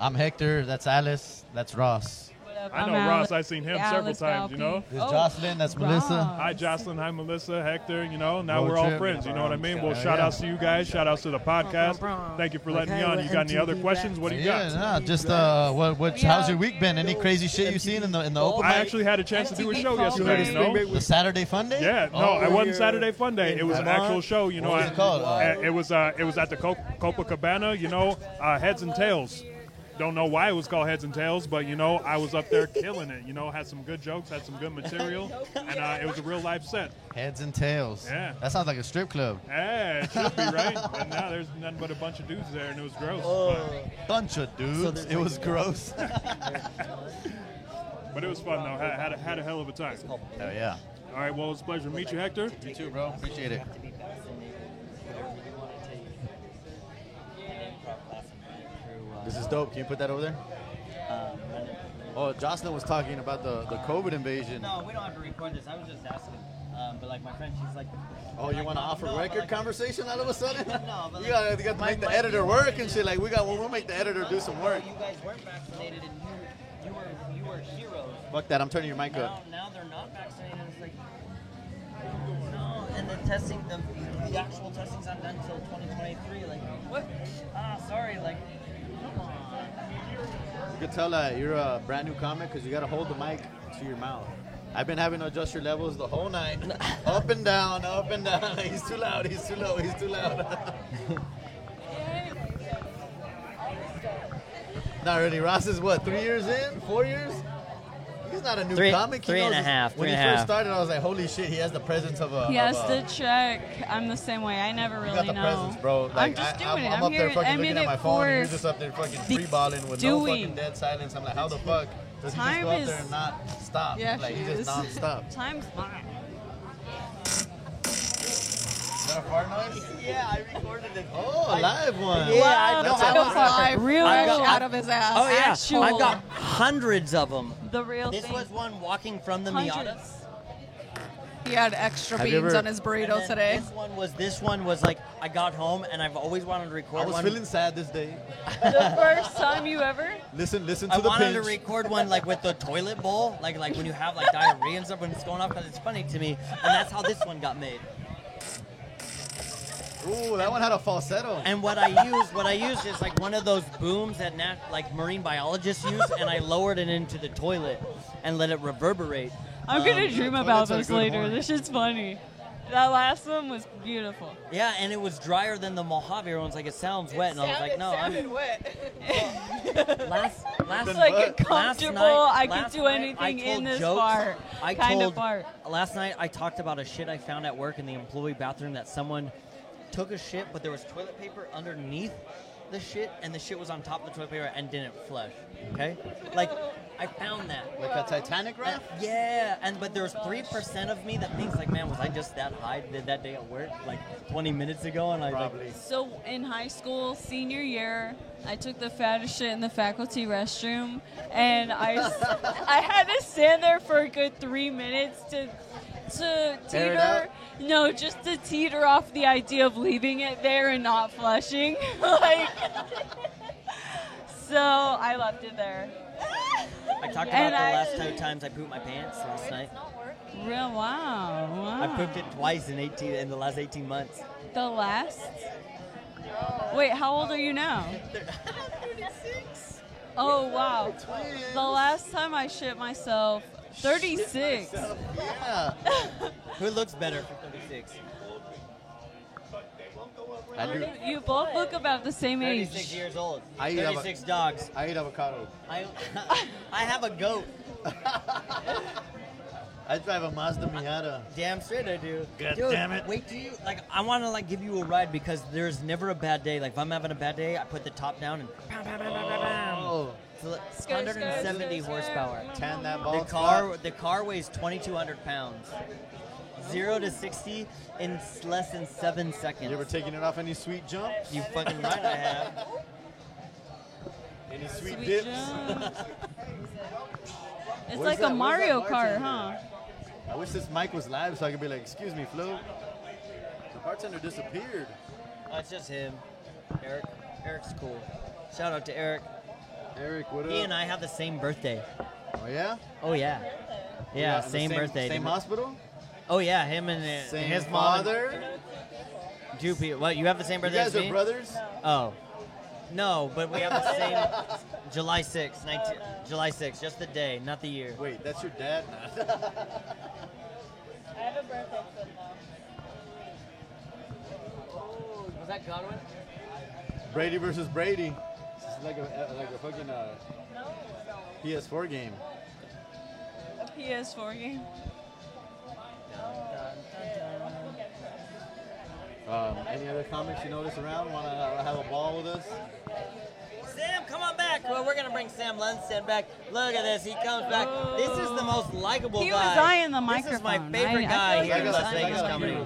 Speaker 2: I'm Hector. That's Alice. That's Ross.
Speaker 3: What up.
Speaker 12: I know
Speaker 3: I'm
Speaker 12: Ross.
Speaker 3: Alex-
Speaker 12: I've seen him
Speaker 3: Alex
Speaker 12: several times. You know,
Speaker 3: Valpe. Oh, Ross.
Speaker 12: Hi, Jocelyn. Hi, Melissa. Hector. You know, now
Speaker 2: Road
Speaker 12: we're all
Speaker 2: trip.
Speaker 12: friends. You know what I mean? Well,
Speaker 2: Yeah.
Speaker 12: shout outs to you guys. Shout outs to the podcast. Thank you for letting me on. You got any other questions? What do you
Speaker 2: yeah,
Speaker 12: got?
Speaker 2: nah, just uh, what, what, how's your week been? Any crazy shit you seen in the in the open?
Speaker 12: I actually had a chance to do a show yesterday. You know?
Speaker 2: The Saturday Fun Day?
Speaker 12: Yeah, no,
Speaker 2: Oh,
Speaker 12: it wasn't
Speaker 2: here
Speaker 12: Saturday Fun Day.
Speaker 2: in
Speaker 12: It was an
Speaker 2: Vermont.
Speaker 12: actual show. You know,
Speaker 2: What was
Speaker 12: I-
Speaker 2: it called?
Speaker 12: uh, it was uh, it was at the Cop- Copacabana. You know, uh, heads and tails. Don't know why it was called heads and tails, but you know, I was up there killing it. You know, had some good jokes, had some good material, and uh, it was a real life set.
Speaker 2: Heads and tails.
Speaker 12: Yeah.
Speaker 2: That sounds like a strip club.
Speaker 12: Yeah, Eh, it should be right. And now there's nothing but a bunch of dudes there, and it was gross. but-
Speaker 2: Bunch of dudes. it was gross. Oh, Hell
Speaker 12: But, it was fun though. Had, had, a, had a hell of a time. All
Speaker 2: yeah.
Speaker 12: right, well, it's a pleasure to meet you, Hector.
Speaker 2: You too, bro. Appreciate it.
Speaker 1: uh,
Speaker 2: This is dope. Can you put that over there?
Speaker 1: um,
Speaker 2: Oh, Jocelyn was talking about the, the COVID invasion.
Speaker 1: No, we don't have to record this. I was just asking. Um, but like my friend, she's like.
Speaker 2: Oh, you want to offer record conversation all of a sudden?
Speaker 1: no, but
Speaker 2: you got to
Speaker 1: my
Speaker 2: make the
Speaker 1: mic
Speaker 2: editor
Speaker 1: is-
Speaker 2: work and shit. Like we got, we'll make the editor do some work.
Speaker 1: You guys weren't vaccinated and you, you were you were heroes.
Speaker 2: Fuck that! I'm turning your mic
Speaker 1: Now,
Speaker 2: up.
Speaker 1: now they're not vaccinated. It's like no, and the testing, the, the actual testing's not done until 2023. Like what? Ah, sorry. Like come on.
Speaker 2: You could tell that you're a brand new comic because you got to hold the mic to your mouth. I've been having to adjust your levels the whole night, up and down, up and down. He's too loud. He's too low. He's too loud. not really. Ross is what? Three years in? Four years? He's not a new
Speaker 1: Three-
Speaker 2: comic.
Speaker 1: three and
Speaker 2: knows
Speaker 1: a
Speaker 2: his-
Speaker 1: half,
Speaker 2: When
Speaker 1: three
Speaker 2: he
Speaker 1: and a
Speaker 2: first
Speaker 1: half.
Speaker 2: started, I was like, "Holy shit!" He has the presence of a.
Speaker 3: He has
Speaker 2: of a-
Speaker 3: to check. I'm the same way. I never
Speaker 2: You got
Speaker 3: really
Speaker 2: the
Speaker 3: know.
Speaker 2: presence, bro. Like,
Speaker 3: I'm just doing
Speaker 2: I, I'm,
Speaker 3: it.
Speaker 2: I'm
Speaker 3: I'm,
Speaker 2: up
Speaker 3: here.
Speaker 2: there fucking
Speaker 3: I'm in
Speaker 2: looking at
Speaker 3: it
Speaker 2: my
Speaker 3: for
Speaker 2: phone, and you're just up there fucking
Speaker 3: the
Speaker 2: free balling with no
Speaker 3: doing.
Speaker 2: fucking dead silence. I'm like, how the fuck does he just
Speaker 3: Time
Speaker 2: go up
Speaker 3: is-
Speaker 2: there and not stop?
Speaker 3: Yeah,
Speaker 2: like,
Speaker 3: she
Speaker 2: he just
Speaker 3: is.
Speaker 2: non-stop.
Speaker 3: Time's fine.
Speaker 2: Is that a fart noise? Yeah, I recorded it. Oh, a
Speaker 5: I-
Speaker 2: live one.
Speaker 5: Yeah, I know.
Speaker 2: That's
Speaker 5: I
Speaker 2: how
Speaker 5: was
Speaker 2: I-
Speaker 5: live. Real
Speaker 1: I've
Speaker 5: shit out of his ass.
Speaker 1: Oh yeah,
Speaker 5: Actual.
Speaker 1: I've got hundreds of them.
Speaker 3: The real
Speaker 1: This
Speaker 3: thing.
Speaker 1: was one walking from the Miata.
Speaker 5: Hundreds. He had extra
Speaker 1: Have
Speaker 5: beans
Speaker 1: you ever-
Speaker 5: on his burrito
Speaker 1: And then
Speaker 5: today.
Speaker 1: This one was this one was like I got home and I've always wanted to record
Speaker 2: I was
Speaker 1: one.
Speaker 2: feeling sad this day.
Speaker 3: the first time you ever.
Speaker 2: Listen, listen to
Speaker 1: I
Speaker 2: the
Speaker 1: wanted to
Speaker 2: pinch.
Speaker 1: record one like with the toilet bowl, like like when you have like diarrhea and stuff when it's going off because it's funny to me, and that's how this one got made.
Speaker 2: Ooh, that one had a falsetto.
Speaker 1: And what I used, what I used is like one of those booms that nat- like marine biologists use, and I lowered it into the toilet and let it reverberate.
Speaker 3: I'm gonna
Speaker 1: Um,
Speaker 3: dream
Speaker 1: toilets
Speaker 3: about
Speaker 1: are
Speaker 3: this
Speaker 1: good
Speaker 3: later.
Speaker 1: horn.
Speaker 3: This shit's funny. That last one was beautiful.
Speaker 1: Yeah, and it was drier than the Mojave. Everyone's like, it sounds wet, and I was like, no, I'm
Speaker 5: wet.
Speaker 1: last last
Speaker 3: like
Speaker 1: last
Speaker 3: a comfortable.
Speaker 1: night-
Speaker 3: I could
Speaker 1: last
Speaker 3: do
Speaker 1: night
Speaker 3: anything
Speaker 1: I
Speaker 3: in
Speaker 1: told
Speaker 3: this
Speaker 1: jokes.
Speaker 3: bar.
Speaker 1: I
Speaker 3: kind
Speaker 1: told,
Speaker 3: of bar.
Speaker 1: Last night I talked about a shit I found at work in the employee bathroom that someone took a shit, but there was toilet paper underneath the shit, and the shit was on top of the toilet paper and didn't flush. Okay, like I found that.
Speaker 2: Like a Titanic rap?
Speaker 1: And- yeah, and but there's three percent of me that thinks like, man, was I just that high did that day at work like 20 minutes ago, and I like,
Speaker 3: So in high school, senior year, I took the fattest shit in the faculty restroom, and I, s- I had to stand there for a good three minutes to to
Speaker 5: Air it
Speaker 3: teeter. No, just to teeter off the idea of leaving it there and not flushing. like, so I left it there.
Speaker 1: I talked about
Speaker 3: And
Speaker 1: the
Speaker 3: I-
Speaker 1: last two times I pooped my pants last night.
Speaker 3: Real wow, wow.
Speaker 1: I pooped it twice in 18 in the last 18 months.
Speaker 3: The last? Wait, how old are you now? 36. Oh, wow. The last time I shit myself, 36.
Speaker 2: Yeah.
Speaker 1: Who looks better for 36?
Speaker 2: I do.
Speaker 3: You both look about the same age.
Speaker 1: 36 years old.
Speaker 2: I eat
Speaker 1: 36
Speaker 2: avo-
Speaker 1: dogs.
Speaker 2: I eat avocado.
Speaker 1: I, I have a goat.
Speaker 2: I drive a Mazda Miata.
Speaker 1: Damn straight I do.
Speaker 2: God
Speaker 1: Dude,
Speaker 2: damn it.
Speaker 1: Wait till you like. I want to like give you a ride because there's never a bad day. Like if I'm having a bad day, I put the top down and pow, pow, pow, pow, pow, pow.
Speaker 2: Oh,
Speaker 1: It's like
Speaker 3: Skirt,
Speaker 1: 170
Speaker 3: skirt, skirt,
Speaker 1: horsepower.
Speaker 2: tan that ball.
Speaker 1: The car the car weighs 2,200 pounds. Zero to 60 in s- less than seven seconds.
Speaker 2: You ever taking it off any sweet jumps?
Speaker 1: You fucking right I have.
Speaker 2: Any sweet,
Speaker 3: Sweet
Speaker 2: dips?
Speaker 3: jumps. It's
Speaker 2: Where's
Speaker 3: like
Speaker 2: that-
Speaker 3: a
Speaker 2: where's
Speaker 3: Mario
Speaker 2: that
Speaker 3: Kart, huh?
Speaker 2: bartender? I wish this mic was live so I could be like, excuse me, Flo. The bartender disappeared.
Speaker 1: Oh, it's just him. Eric. Eric's cool. Shout out to Eric.
Speaker 2: Eric, what up?
Speaker 1: He and I have the same birthday.
Speaker 2: Oh yeah.
Speaker 1: Oh yeah. Yeah,
Speaker 2: Yeah, the
Speaker 1: same,
Speaker 2: same-
Speaker 1: birthday.
Speaker 2: same hospital?
Speaker 1: Oh yeah, him and uh,
Speaker 2: Same
Speaker 1: his
Speaker 2: father?
Speaker 1: Mom and two people. What? You have the same birthday?
Speaker 2: guys
Speaker 1: as
Speaker 2: are
Speaker 1: me?
Speaker 2: brothers?
Speaker 1: Oh. No, but we have the same. July 6th, 19, July 6th, just the day, not the year.
Speaker 2: Wait, that's your dad?
Speaker 4: I have a birthday son
Speaker 10: Was that Godwin?
Speaker 2: Brady versus Brady. This is like a like a fucking uh, PS4 game.
Speaker 3: A PS4 game.
Speaker 2: Um, any other comics you notice around? Want to have a ball with us?
Speaker 1: Sam, come on back. Well, we're gonna bring Sam Lundstedt back. Look at this. He comes back. This is the most likable
Speaker 3: He was
Speaker 1: guy.
Speaker 3: eyeing the
Speaker 1: This is my
Speaker 3: microphone. I-
Speaker 1: favorite
Speaker 3: I
Speaker 1: guy
Speaker 3: feel like
Speaker 1: here
Speaker 3: he
Speaker 1: in
Speaker 3: was
Speaker 1: Las
Speaker 3: eyeing
Speaker 1: Vegas
Speaker 3: the
Speaker 1: comedy.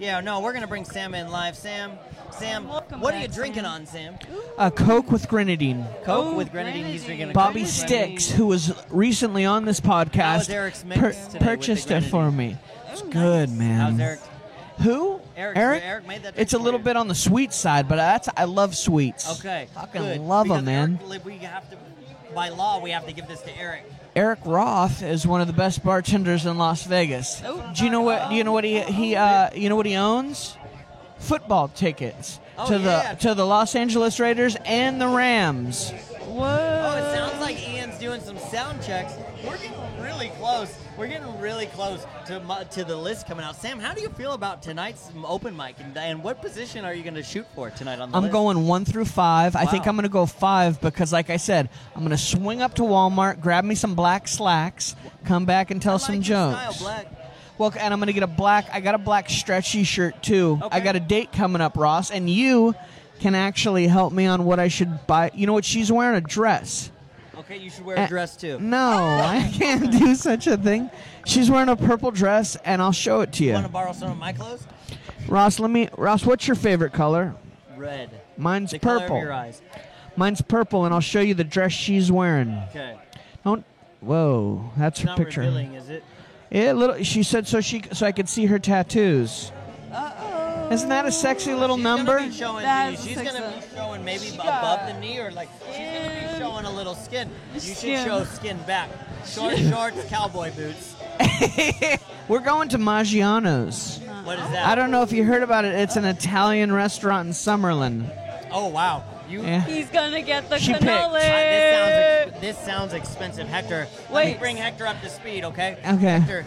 Speaker 1: Yeah, no, we're gonna bring Sam in live. Sam, Sam, what are you
Speaker 3: back,
Speaker 1: drinking
Speaker 3: Sam.
Speaker 1: on, Sam?
Speaker 5: A Coke with grenadine.
Speaker 1: Coke with grenadine. He's drinking a
Speaker 5: Bobby
Speaker 1: Coke with grenadine.
Speaker 5: Sticks, who was recently on this
Speaker 1: How was
Speaker 5: podcast,
Speaker 1: Eric's mix
Speaker 5: pur-
Speaker 1: today with the Oh,
Speaker 5: purchased it for me. It's good, man.
Speaker 1: How's Eric?
Speaker 5: Who?
Speaker 1: Eric. Eric made that
Speaker 5: It's a little bit on the sweet side, but that's I love sweets.
Speaker 1: Okay.
Speaker 5: Fucking
Speaker 1: good.
Speaker 5: love 'em,
Speaker 1: Because
Speaker 5: man.
Speaker 1: Eric, like, we have to, by law, we have to give this to Eric.
Speaker 5: Eric Roth is one of the best bartenders in Las Vegas. Do you know what? Do you know what he he uh, you know what he owns? Football tickets to the to the Los Angeles Raiders and the Rams.
Speaker 1: Oh, it sounds like Ian's doing some sound checks. We're getting really close. We're getting really close to mu- to the list coming out. Sam, how do you feel about tonight's open mic, and, and what position are you going to shoot for tonight on the
Speaker 5: I'm
Speaker 1: list?
Speaker 5: going one through five. I think
Speaker 1: Wow.
Speaker 5: I'm going to go five because, like I said, I'm going to swing up to Walmart, grab me some black slacks, come back and tell some jokes. Well, and I'm going to get a black. I got a black stretchy shirt too. I got a date coming up, Ross, and you can actually help me on what I should buy. You know what? She's wearing a dress.
Speaker 1: Okay, you should wear a
Speaker 5: Eh,
Speaker 1: dress too.
Speaker 5: No, I can't do such a thing. She's wearing a purple dress, and I'll show it to
Speaker 1: You
Speaker 5: you.
Speaker 1: want to borrow some of my clothes?
Speaker 5: Ross, let me. Ross, what's your favorite color?
Speaker 1: Red.
Speaker 5: Mine's
Speaker 1: The color of
Speaker 5: purple.
Speaker 1: your eyes.
Speaker 5: Mine's purple, and I'll show you the dress she's wearing.
Speaker 1: Okay.
Speaker 5: Don't. Whoa, that's
Speaker 1: It's
Speaker 5: her
Speaker 1: not
Speaker 5: picture.
Speaker 1: revealing, is it?
Speaker 5: Yeah, little. She said so. She so I could see her tattoos. Uh oh. Isn't that a sexy little number?
Speaker 1: She's showing.
Speaker 3: That's
Speaker 1: she's
Speaker 3: sexy.
Speaker 1: going to be showing maybe
Speaker 3: She got
Speaker 1: above the knee or like she's going to be showing a little skin. You should
Speaker 5: Skin.
Speaker 1: show skin back. Short shorts, cowboy boots.
Speaker 5: We're going to Maggiano's.
Speaker 3: Uh,
Speaker 1: What is that?
Speaker 5: I don't know if you heard about it. It's an Italian restaurant in Summerlin.
Speaker 1: Oh wow, you.
Speaker 5: Yeah.
Speaker 3: He's gonna get the
Speaker 5: She picked.
Speaker 3: cannoli.
Speaker 1: Uh, this, sounds ex- this sounds expensive, Hector. Let me
Speaker 3: Wait.
Speaker 1: bring Hector up to speed, okay?
Speaker 5: Okay.
Speaker 1: Hector,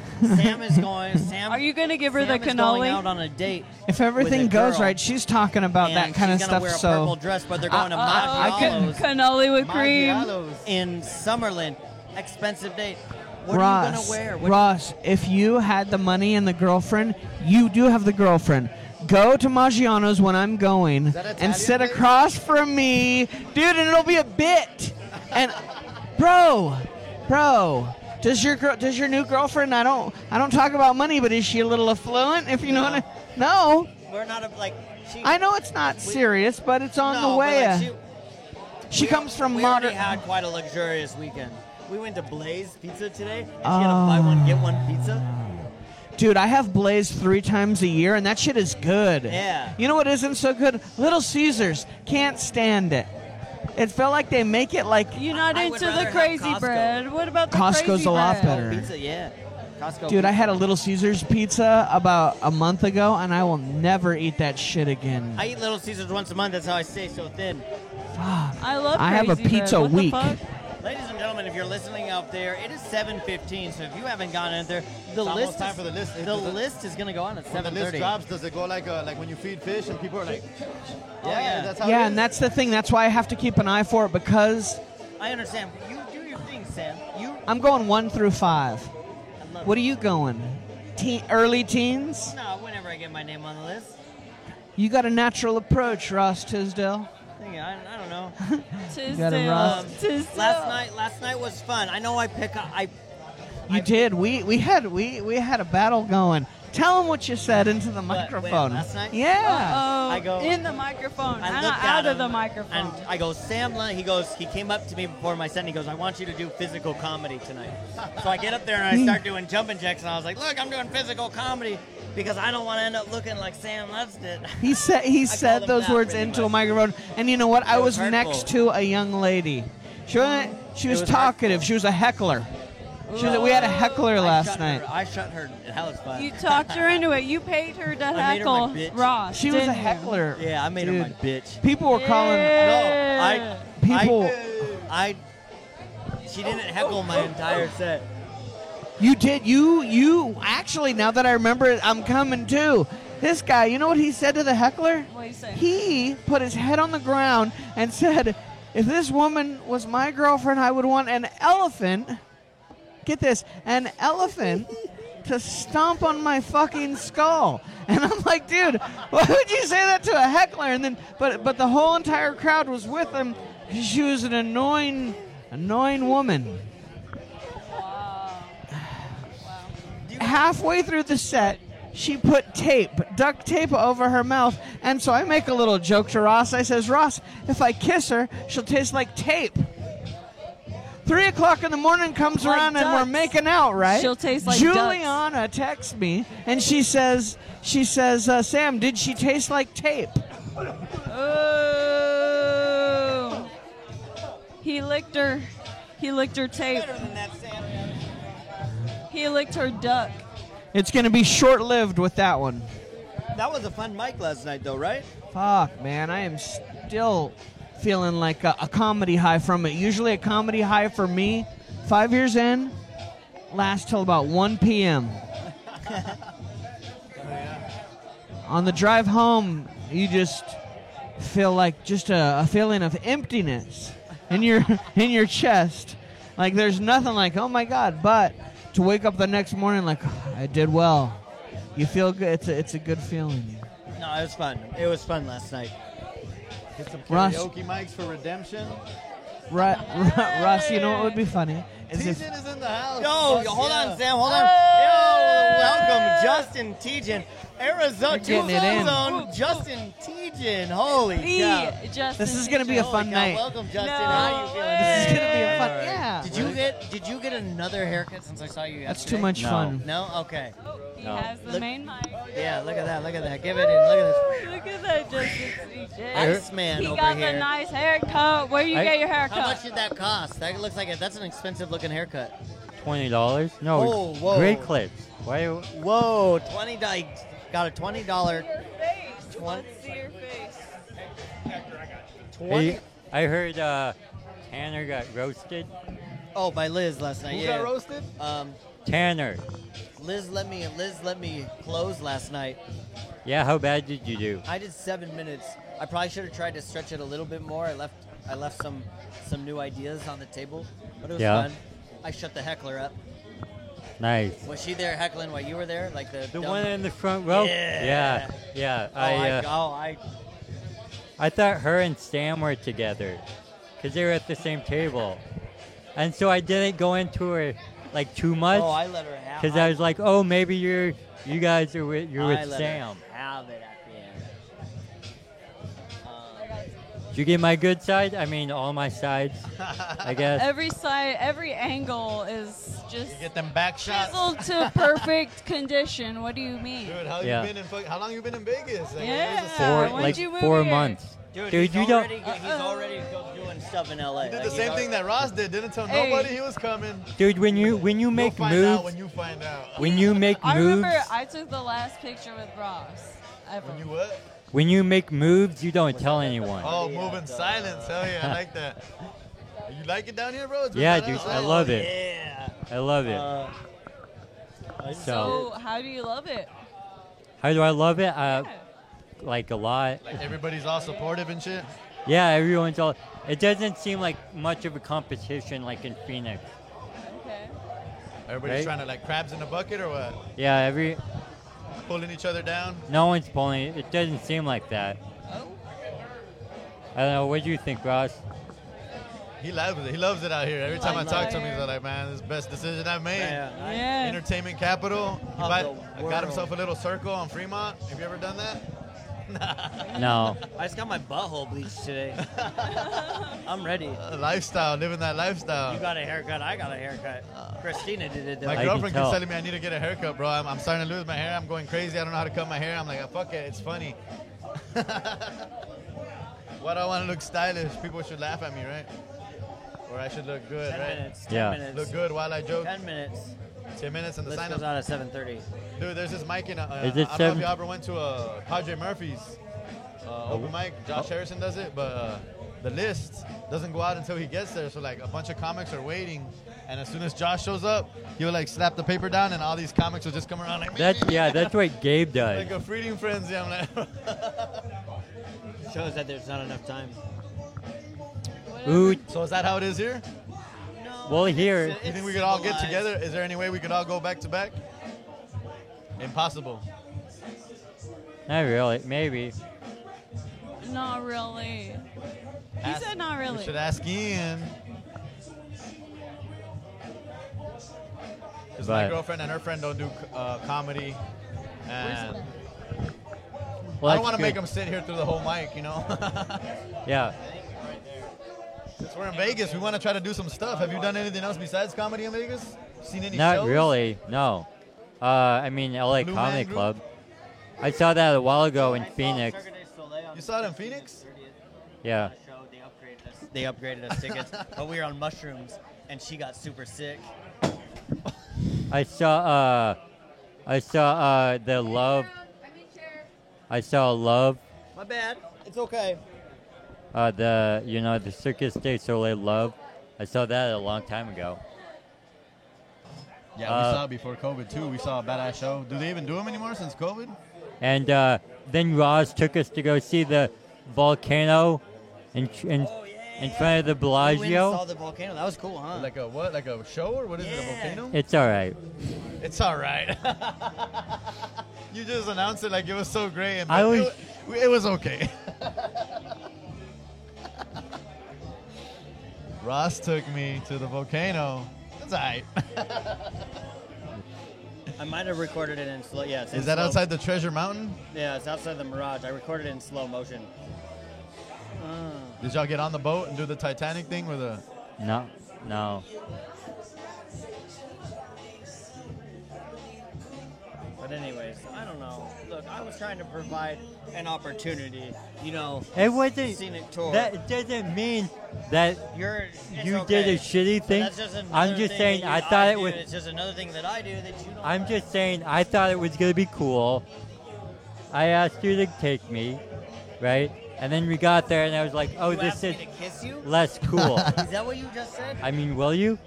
Speaker 1: Sam is going. Sam.
Speaker 3: Are you gonna give her
Speaker 1: Sam
Speaker 3: the
Speaker 1: is going
Speaker 3: cannoli?
Speaker 1: out on a date.
Speaker 5: If everything
Speaker 1: with a girl,
Speaker 5: goes right, she's talking about that
Speaker 1: and
Speaker 5: kind of
Speaker 1: she's gonna
Speaker 5: stuff.
Speaker 1: Wear a
Speaker 5: so
Speaker 1: purple dress, but they're going to Maggiano's.
Speaker 3: Oh, Cannoli with cream.
Speaker 1: in Summerlin. Expensive date. What are you
Speaker 5: Ross,
Speaker 1: gonna wear? What-
Speaker 5: Ross, if you had the money and the girlfriend, you do have the girlfriend. Go to Maggiano's when I'm going and sit across from me, dude, and it'll be a bit. And bro, bro, does your girl, does your new girlfriend? I don't, I don't talk about money, but is she a little affluent? If you know what I, no,
Speaker 1: We're not a, like. She,
Speaker 5: I know it's not serious, but it's on
Speaker 1: No,
Speaker 5: the
Speaker 1: but,
Speaker 5: way.
Speaker 1: like, she-
Speaker 5: she
Speaker 1: we-
Speaker 5: comes from
Speaker 1: we
Speaker 5: modern.
Speaker 1: already had quite a luxurious weekend. We went to Blaze Pizza today, and she had a buy
Speaker 5: Oh.
Speaker 1: one get one pizza.
Speaker 5: Dude, I have Blaze three times a year, and that shit is good.
Speaker 1: Yeah.
Speaker 5: You know what isn't so good? Little Caesars. Can't stand it. It felt like they make it like
Speaker 3: You're not
Speaker 1: I would
Speaker 3: into
Speaker 1: rather
Speaker 3: the
Speaker 1: have
Speaker 3: crazy
Speaker 1: Costco.
Speaker 3: bread. What about the
Speaker 5: Costco's
Speaker 3: crazy
Speaker 5: a lot
Speaker 3: bread?
Speaker 5: better.
Speaker 1: Pizza, yeah. Costco.
Speaker 5: Dude, I
Speaker 1: pizza.
Speaker 5: had a Little Caesars pizza about a month ago, and I will never eat that shit again.
Speaker 1: I eat Little Caesars once a month. That's how I stay so thin.
Speaker 3: I love.
Speaker 5: I have a
Speaker 3: crazy bread.
Speaker 5: pizza
Speaker 3: What the
Speaker 5: week.
Speaker 3: fuck?
Speaker 1: Ladies and gentlemen, if you're listening out there, it is 7:15. So if you haven't gone in there, the
Speaker 2: It's almost
Speaker 1: list
Speaker 2: time
Speaker 1: is,
Speaker 2: for the list. It's- it's-
Speaker 1: list is going to go on at
Speaker 2: When the list
Speaker 1: 7:30.
Speaker 2: drops, does it go like uh, like when you feed fish and people are like, yeah, that's how. it
Speaker 5: yeah,
Speaker 2: is.
Speaker 5: and that's the thing. That's why I have to keep an eye for it because
Speaker 1: I understand. You do your thing, Sam. You
Speaker 5: I'm going one through five. What are you going? Teen, early teens?
Speaker 1: no. Whenever I get my name on the list,
Speaker 5: You got a natural approach, Ross Tisdale.
Speaker 1: Dang it, I, I don't know.
Speaker 5: You got a
Speaker 3: um,
Speaker 5: Ross.
Speaker 1: last night, last night was fun. I know I pick up. I
Speaker 5: You did. We we had we we had a battle going. Tell them what you said into the
Speaker 1: What, when,
Speaker 5: microphone.
Speaker 1: last night?
Speaker 5: Yeah.
Speaker 3: Oh,
Speaker 1: I go-
Speaker 3: in the microphone,
Speaker 1: I
Speaker 3: not
Speaker 1: looked at
Speaker 3: out of
Speaker 1: him,
Speaker 3: the microphone.
Speaker 1: And I go, Sam, Lund-" he goes, he came up to me before my set and he goes, I want you to do physical comedy tonight. So I get up there and I start doing jumping jacks and I was like, look, I'm doing physical comedy because I don't want to end up looking like Sam Lutz did.
Speaker 5: He said he
Speaker 1: called
Speaker 5: said
Speaker 1: him
Speaker 5: those
Speaker 1: that
Speaker 5: words
Speaker 1: pretty
Speaker 5: into a
Speaker 1: much.
Speaker 5: microphone, and you know what? I
Speaker 1: It
Speaker 5: was
Speaker 1: was hurtful.
Speaker 5: next to a young lady. She wasn't, She
Speaker 1: It
Speaker 5: was,
Speaker 1: was my
Speaker 5: talkative. She was a heckler. She was, we had a heckler
Speaker 1: I
Speaker 5: last
Speaker 1: shut
Speaker 5: night.
Speaker 1: her- I shut her. That was fun.
Speaker 3: You talked her into it. You paid her to
Speaker 1: made her
Speaker 3: heckle
Speaker 1: my bitch.
Speaker 3: Ross.
Speaker 5: She was a
Speaker 3: didn't you?
Speaker 5: heckler.
Speaker 1: Yeah, I made her my bitch.
Speaker 5: People were calling.
Speaker 1: No, I.
Speaker 5: People.
Speaker 1: I. I she didn't heckle my entire set.
Speaker 5: You did. You you actually. Now that I remember it, I'm coming too. This guy. You know what he said to the heckler?
Speaker 3: What'd he say?
Speaker 5: He put his head on the ground and said, "If this woman was my girlfriend, I would want an elephant. Get this, an elephant." To stomp on my fucking skull, and I'm like, dude, why would you say that to a heckler? And then, but but the whole entire crowd was with him. She was an annoying, annoying woman. halfway through the set, she put tape, duct tape over her mouth. And so I make a little joke to Ross. I says, Ross, if I kiss her, she'll taste like tape. Three o'clock in the morning comes
Speaker 3: Like
Speaker 5: around and we're
Speaker 3: ducks.
Speaker 5: making out, right?
Speaker 3: She'll taste like
Speaker 5: Juliana texts me and she says, she says, uh, Sam, did she taste like tape?
Speaker 3: Ooh. He licked her. He licked her tape. He licked her duck.
Speaker 5: It's gonna be short-lived with that one.
Speaker 1: That was a fun mic last night, though, right?
Speaker 5: Fuck, man, I am still feeling like a, a comedy high from it. Usually, a comedy high for me, five years in, lasts till about 1 p.m. On the drive home, you just feel like just a, a feeling of emptiness in your in your chest. Like there's nothing like, oh my god, but to wake up the next morning like I did well. You feel good. It's a, it's a good feeling.
Speaker 1: No, it was fun. It was fun last night.
Speaker 2: Get some
Speaker 5: Russ.
Speaker 2: karaoke mics for redemption.
Speaker 5: Right, Russ, you know what would be funny? Is if,
Speaker 2: Tejan is in the house.
Speaker 1: Yo,
Speaker 2: Fuck
Speaker 1: hold
Speaker 2: yeah.
Speaker 1: on, Sam. Hold on. Yo, welcome, Justin Tejan. Arizona,
Speaker 5: You're getting it in.
Speaker 1: Tucson, Justin Tejan. Holy
Speaker 3: He,
Speaker 1: cow.
Speaker 3: Justin.
Speaker 5: this is gonna be a
Speaker 1: Holy
Speaker 5: fun
Speaker 1: cow.
Speaker 5: night.
Speaker 1: Welcome, Justin.
Speaker 3: No
Speaker 1: How you feeling?
Speaker 3: way.
Speaker 5: This is gonna be a fun. Yeah,
Speaker 1: Did you get Did you get another haircut since I saw you yesterday?
Speaker 5: that's too much
Speaker 2: No.
Speaker 5: fun.
Speaker 1: No. Okay.
Speaker 3: Oh, He has the
Speaker 1: Look-
Speaker 3: main mic.
Speaker 1: Yeah. Look at that. Look at that. Give it in. Look at this.
Speaker 3: Ooh, Oh, Look at that Justin.
Speaker 1: Iceman
Speaker 3: He
Speaker 1: over
Speaker 3: got
Speaker 1: here.
Speaker 3: the nice haircut. Where you
Speaker 2: I-
Speaker 3: get your haircut?
Speaker 1: How much did that cost? That looks like a, that's an expensive looking haircut.
Speaker 2: Twenty dollars? No.
Speaker 1: Whoa, whoa.
Speaker 2: Great clips. Why?
Speaker 1: Whoa, twenty di- got a twenty dollar.
Speaker 3: Your face.
Speaker 1: Twen-
Speaker 3: Let's see your face.
Speaker 1: Twenty.
Speaker 13: I heard uh, Tanner got roasted.
Speaker 1: Oh, by Liz last night. yeah.
Speaker 2: roasted?
Speaker 1: Um,
Speaker 13: Tanner.
Speaker 1: Liz let me Liz let me close last night.
Speaker 13: Yeah, how bad did you do?
Speaker 1: I did seven minutes. I probably should have tried to stretch it a little bit more. I left I left some some new ideas on the table, but it was
Speaker 13: Yeah.
Speaker 1: fun. I shut the heckler up.
Speaker 13: Nice.
Speaker 1: Was she there heckling while you were there? Like the,
Speaker 13: The
Speaker 1: dumb-
Speaker 13: one in the front row?
Speaker 1: Yeah.
Speaker 13: Yeah. Yeah.
Speaker 1: Oh,
Speaker 13: I,
Speaker 1: I,
Speaker 13: uh,
Speaker 1: oh, I
Speaker 13: I thought her and Sam were together because they were at the same table. And so I didn't go into her like too much
Speaker 1: oh, I let her have.
Speaker 13: because I was like, oh, maybe you're you guys are with you're
Speaker 1: I
Speaker 13: with
Speaker 1: let
Speaker 13: Sam.
Speaker 1: Her have it at the end.
Speaker 13: Did you get my good side? I mean, all my sides, I guess.
Speaker 3: Every side, every angle is just
Speaker 2: Get them back shots.
Speaker 3: chiseled to perfect condition. What do you mean?
Speaker 2: Dude, how
Speaker 13: Yeah.
Speaker 2: you been in? fuck- How long you been in Vegas? Like,
Speaker 3: Yeah.
Speaker 2: there's a-
Speaker 13: Four,
Speaker 3: when'd
Speaker 13: like
Speaker 3: you move
Speaker 13: four
Speaker 3: here?
Speaker 13: months.
Speaker 1: Dude,
Speaker 13: Dude,
Speaker 1: he's
Speaker 13: you don't-
Speaker 1: already, He's already go- doing stuff in LA.
Speaker 2: He did
Speaker 1: Like,
Speaker 2: the
Speaker 1: he's
Speaker 2: same
Speaker 1: already-
Speaker 2: thing that Ross did. Didn't tell
Speaker 3: Hey.
Speaker 2: nobody he was coming.
Speaker 13: Dude, when you when you
Speaker 2: You'll
Speaker 13: make
Speaker 2: find
Speaker 13: moves,
Speaker 2: out when you find out.
Speaker 13: when you make
Speaker 3: I
Speaker 13: moves,
Speaker 3: remember I took the last picture with Ross ever.
Speaker 2: When you what?
Speaker 13: when you make moves, you don't tell anyone.
Speaker 2: Oh, moving silence. Hell yeah, I like that. You like it down here, bro? It's been
Speaker 13: yeah,
Speaker 2: down
Speaker 13: dude,
Speaker 2: here,
Speaker 13: I
Speaker 2: so-
Speaker 13: love it.
Speaker 1: Yeah.
Speaker 13: I love it.
Speaker 1: Uh, I just-
Speaker 13: so,
Speaker 3: so how do you love it?
Speaker 13: how do I love it? Uh,
Speaker 3: Yeah.
Speaker 13: Like a lot.
Speaker 2: Like everybody's all supportive and shit.
Speaker 13: Yeah, everyone's all. It doesn't seem like much of a competition like in Phoenix.
Speaker 3: Okay.
Speaker 2: Everybody's
Speaker 13: Right.
Speaker 2: trying to like crabs in a bucket or what?
Speaker 13: Yeah, every
Speaker 2: Pulling each other down.
Speaker 13: no one's pulling. It doesn't seem like that. I don't know. What do you think, Ross?
Speaker 2: He loves it. He loves it out here. Every time I
Speaker 3: loves
Speaker 2: talk
Speaker 3: it.
Speaker 2: to him, he's like, "Man, this is the best decision I've made."
Speaker 1: Man, I-
Speaker 3: Yeah.
Speaker 2: Entertainment capital. He
Speaker 1: Of
Speaker 2: bought-
Speaker 1: the
Speaker 2: got
Speaker 1: world.
Speaker 2: himself a little circle on Fremont. Have you ever done that?
Speaker 13: No.
Speaker 1: I just got my butthole bleached today. I'm ready. You
Speaker 2: A lifestyle, living that lifestyle.
Speaker 1: got a haircut. I got a haircut. Christina did it though.
Speaker 2: My
Speaker 13: can
Speaker 2: girlfriend keeps
Speaker 13: tell.
Speaker 2: telling me I need to get a haircut, bro. I'm, I'm starting to lose my hair. I'm going crazy. I don't know how to cut my hair. I'm like, "Ah, fuck it. It's funny. Why do I want to look stylish? People should laugh at me, right? Or Where I should look good,
Speaker 1: Ten
Speaker 2: right?
Speaker 1: minutes. Ten Yeah. minutes.
Speaker 2: Look good while I joke.
Speaker 1: Ten minutes.
Speaker 2: Ten minutes and the
Speaker 1: List
Speaker 2: sign
Speaker 1: goes out at 7:30.
Speaker 2: Dude, there's this mic in. Uh,
Speaker 13: Is it
Speaker 2: I don't know
Speaker 13: seven-
Speaker 2: if you ever went to uh, Padre Murphy's uh, open mic.
Speaker 13: Oh.
Speaker 2: Josh Harrison does it, but uh, the list doesn't go out until he gets there. So like a bunch of comics are waiting, and as soon as Josh shows up, he'll like slap the paper down, and all these comics will just come around like.
Speaker 13: That's yeah. That's what Gabe does.
Speaker 2: Like a feeding frenzy. I'm like.
Speaker 1: Shows that there's not enough time.
Speaker 13: Ooh.
Speaker 2: So is that how it is here?
Speaker 13: Well, here
Speaker 2: You think we could all get together? Is there any way we could all go back to back? Impossible.
Speaker 13: Not really. Maybe.
Speaker 3: Not really. He
Speaker 2: Ask-
Speaker 3: said not really.
Speaker 2: We should ask Ian. Because my
Speaker 13: But-
Speaker 2: girlfriend and her friend don't do uh, comedy. And
Speaker 13: Well,
Speaker 2: I
Speaker 13: that's
Speaker 2: don't want to
Speaker 13: good.
Speaker 2: make them sit here through the whole mic, you know?
Speaker 13: Yeah.
Speaker 2: Since we're in Vegas, we want to try to do some stuff. Have you done anything else besides comedy in Vegas? Seen any
Speaker 13: Not
Speaker 2: shows?
Speaker 13: really. No. Uh, I mean, LA
Speaker 2: Blue Man
Speaker 13: Comedy
Speaker 2: Group?
Speaker 13: Club. I saw that a while ago in Phoenix.
Speaker 2: You saw it in Phoenix?
Speaker 13: Yeah.
Speaker 1: They upgraded us tickets, but we were on mushrooms, and she got super sick.
Speaker 13: I saw. Uh, I saw uh, the love. I saw love.
Speaker 1: My bad. It's okay.
Speaker 13: Uh, the you know the Circus de Soleil love. I saw that a long time ago.
Speaker 2: Yeah,
Speaker 13: Uh,
Speaker 2: we saw it before COVID too. We saw a badass show. Do they even do them anymore since COVID?
Speaker 13: And uh, then Roz took us to go see the volcano in in, in front of the
Speaker 1: We went and
Speaker 13: Bellagio.
Speaker 1: saw the volcano. That was cool, huh?
Speaker 2: Like a what? Like a show or what is it? A volcano?
Speaker 13: It's all right.
Speaker 2: It's all right. you just announced it like it was so great. And
Speaker 13: I
Speaker 2: but
Speaker 13: was-
Speaker 2: It, wa- it was okay. Ross took me to the volcano. That's all right.
Speaker 1: I might have recorded it in slow. Yeah. It's in
Speaker 2: Is that
Speaker 1: slow-
Speaker 2: outside the Treasure Mountain?
Speaker 1: Yeah, it's outside the Mirage. I recorded it in slow motion.
Speaker 2: Did y'all get on the boat and do the Titanic thing with the?
Speaker 13: No, no.
Speaker 1: But anyways, I don't know. Look, I was trying to provide an opportunity. You know,
Speaker 13: It wasn't.
Speaker 1: scenic tour.
Speaker 13: That doesn't mean that
Speaker 1: You're, it's
Speaker 13: you
Speaker 1: okay.
Speaker 13: did a shitty
Speaker 1: But
Speaker 13: thing.
Speaker 1: That's just another
Speaker 13: I'm just
Speaker 1: thing
Speaker 13: saying.
Speaker 1: that
Speaker 13: I
Speaker 1: you-
Speaker 13: thought it
Speaker 1: do.
Speaker 13: was.
Speaker 1: It's just another thing that I do that you don't.
Speaker 13: I'm just saying. I thought it was gonna be cool. I asked you to take me, right? And then we got there, and I was like, "Oh,
Speaker 1: You
Speaker 13: this
Speaker 1: asked me
Speaker 13: is
Speaker 1: to kiss you?
Speaker 13: less cool."
Speaker 1: Is that what you just said?
Speaker 13: I mean, will you?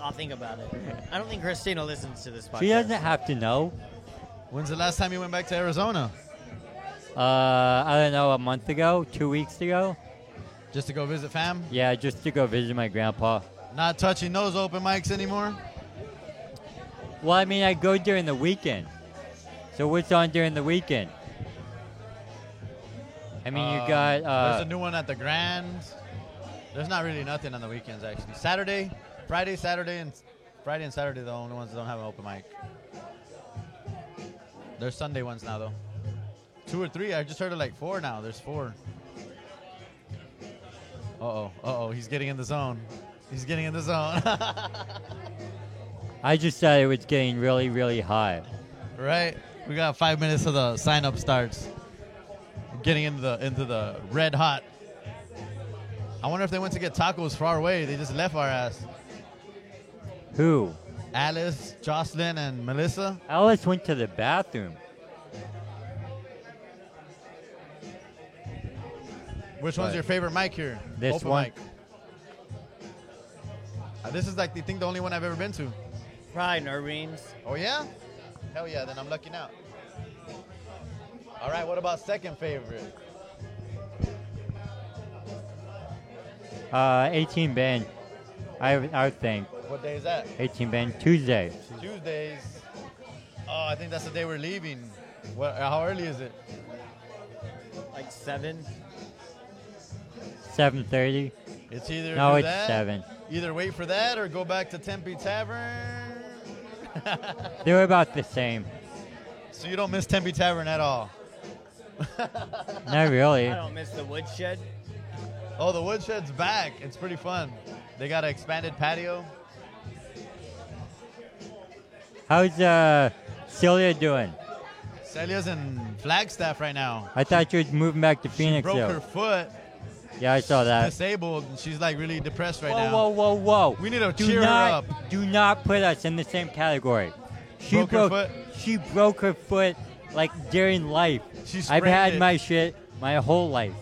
Speaker 1: I'll think about it. I don't think Christina listens to this podcast.
Speaker 13: She doesn't have to know.
Speaker 2: When's the last time you went back to Arizona?
Speaker 13: Uh, I don't know, a month ago, two weeks ago.
Speaker 2: Just to go visit fam?
Speaker 13: Yeah, just to go visit my grandpa.
Speaker 2: Not touching those open mics anymore.
Speaker 13: Well, I mean, I go during the weekend. So what's on during the weekend? I mean,
Speaker 2: Um,
Speaker 13: you got uh,
Speaker 2: there's a new one at the Grand. There's not really nothing on the weekends actually. Saturday, Friday, Saturday, and Friday and Saturday are the only ones that don't have an open mic. There's Sunday ones now though. Two or three. I just heard of like four now. There's four. Uh oh. Uh oh. He's getting in the zone. He's getting in the zone.
Speaker 13: I just thought it was getting really, really high.
Speaker 2: right. We got five minutes till the sign up starts. Getting into the into the red hot. I wonder if they went to get tacos far away. They just left our ass.
Speaker 13: Who?
Speaker 2: Alice, Jocelyn, and Melissa.
Speaker 13: Alice went to the bathroom.
Speaker 2: Which one's
Speaker 13: Right.
Speaker 2: your favorite mic here?
Speaker 13: This
Speaker 2: Open
Speaker 13: one.
Speaker 2: mic. Uh, this is like the think the only one I've ever been to.
Speaker 1: Probably Nervines.
Speaker 2: Oh yeah? Hell yeah! Then I'm lucking out. All right. What about second favorite?
Speaker 13: Uh, 18 band. I I would think
Speaker 2: What day is that?
Speaker 13: 18 band Tuesday.
Speaker 2: Tuesdays. Oh, I think that's the day we're leaving. What? How early is it?
Speaker 1: Like seven.
Speaker 13: 7:30.
Speaker 2: It's either
Speaker 13: No,
Speaker 2: do
Speaker 13: it's
Speaker 2: that,
Speaker 13: seven.
Speaker 2: Either wait for that or go back to Tempe Tavern.
Speaker 13: They were about the same.
Speaker 2: So you don't miss Tempe Tavern at all.
Speaker 13: Not really.
Speaker 1: I don't miss the woodshed.
Speaker 2: Oh, the woodshed's back. It's pretty fun. They got an expanded patio.
Speaker 13: How's uh Celia doing?
Speaker 2: Celia's in Flagstaff right now.
Speaker 13: I thought you was moving back to Phoenix
Speaker 2: Broke
Speaker 13: though.
Speaker 2: her foot.
Speaker 13: Yeah, I saw that.
Speaker 2: disabled. and She's like really depressed right
Speaker 13: Whoa,
Speaker 2: now.
Speaker 13: whoa, whoa, whoa!
Speaker 2: We need to
Speaker 13: do
Speaker 2: cheer her
Speaker 13: not,
Speaker 2: up.
Speaker 13: Do not put us in the same category. She
Speaker 2: Broke her foot?
Speaker 13: She broke her foot like during life.
Speaker 2: She
Speaker 13: I've
Speaker 2: sprained
Speaker 13: had
Speaker 2: it.
Speaker 13: my shit my whole life.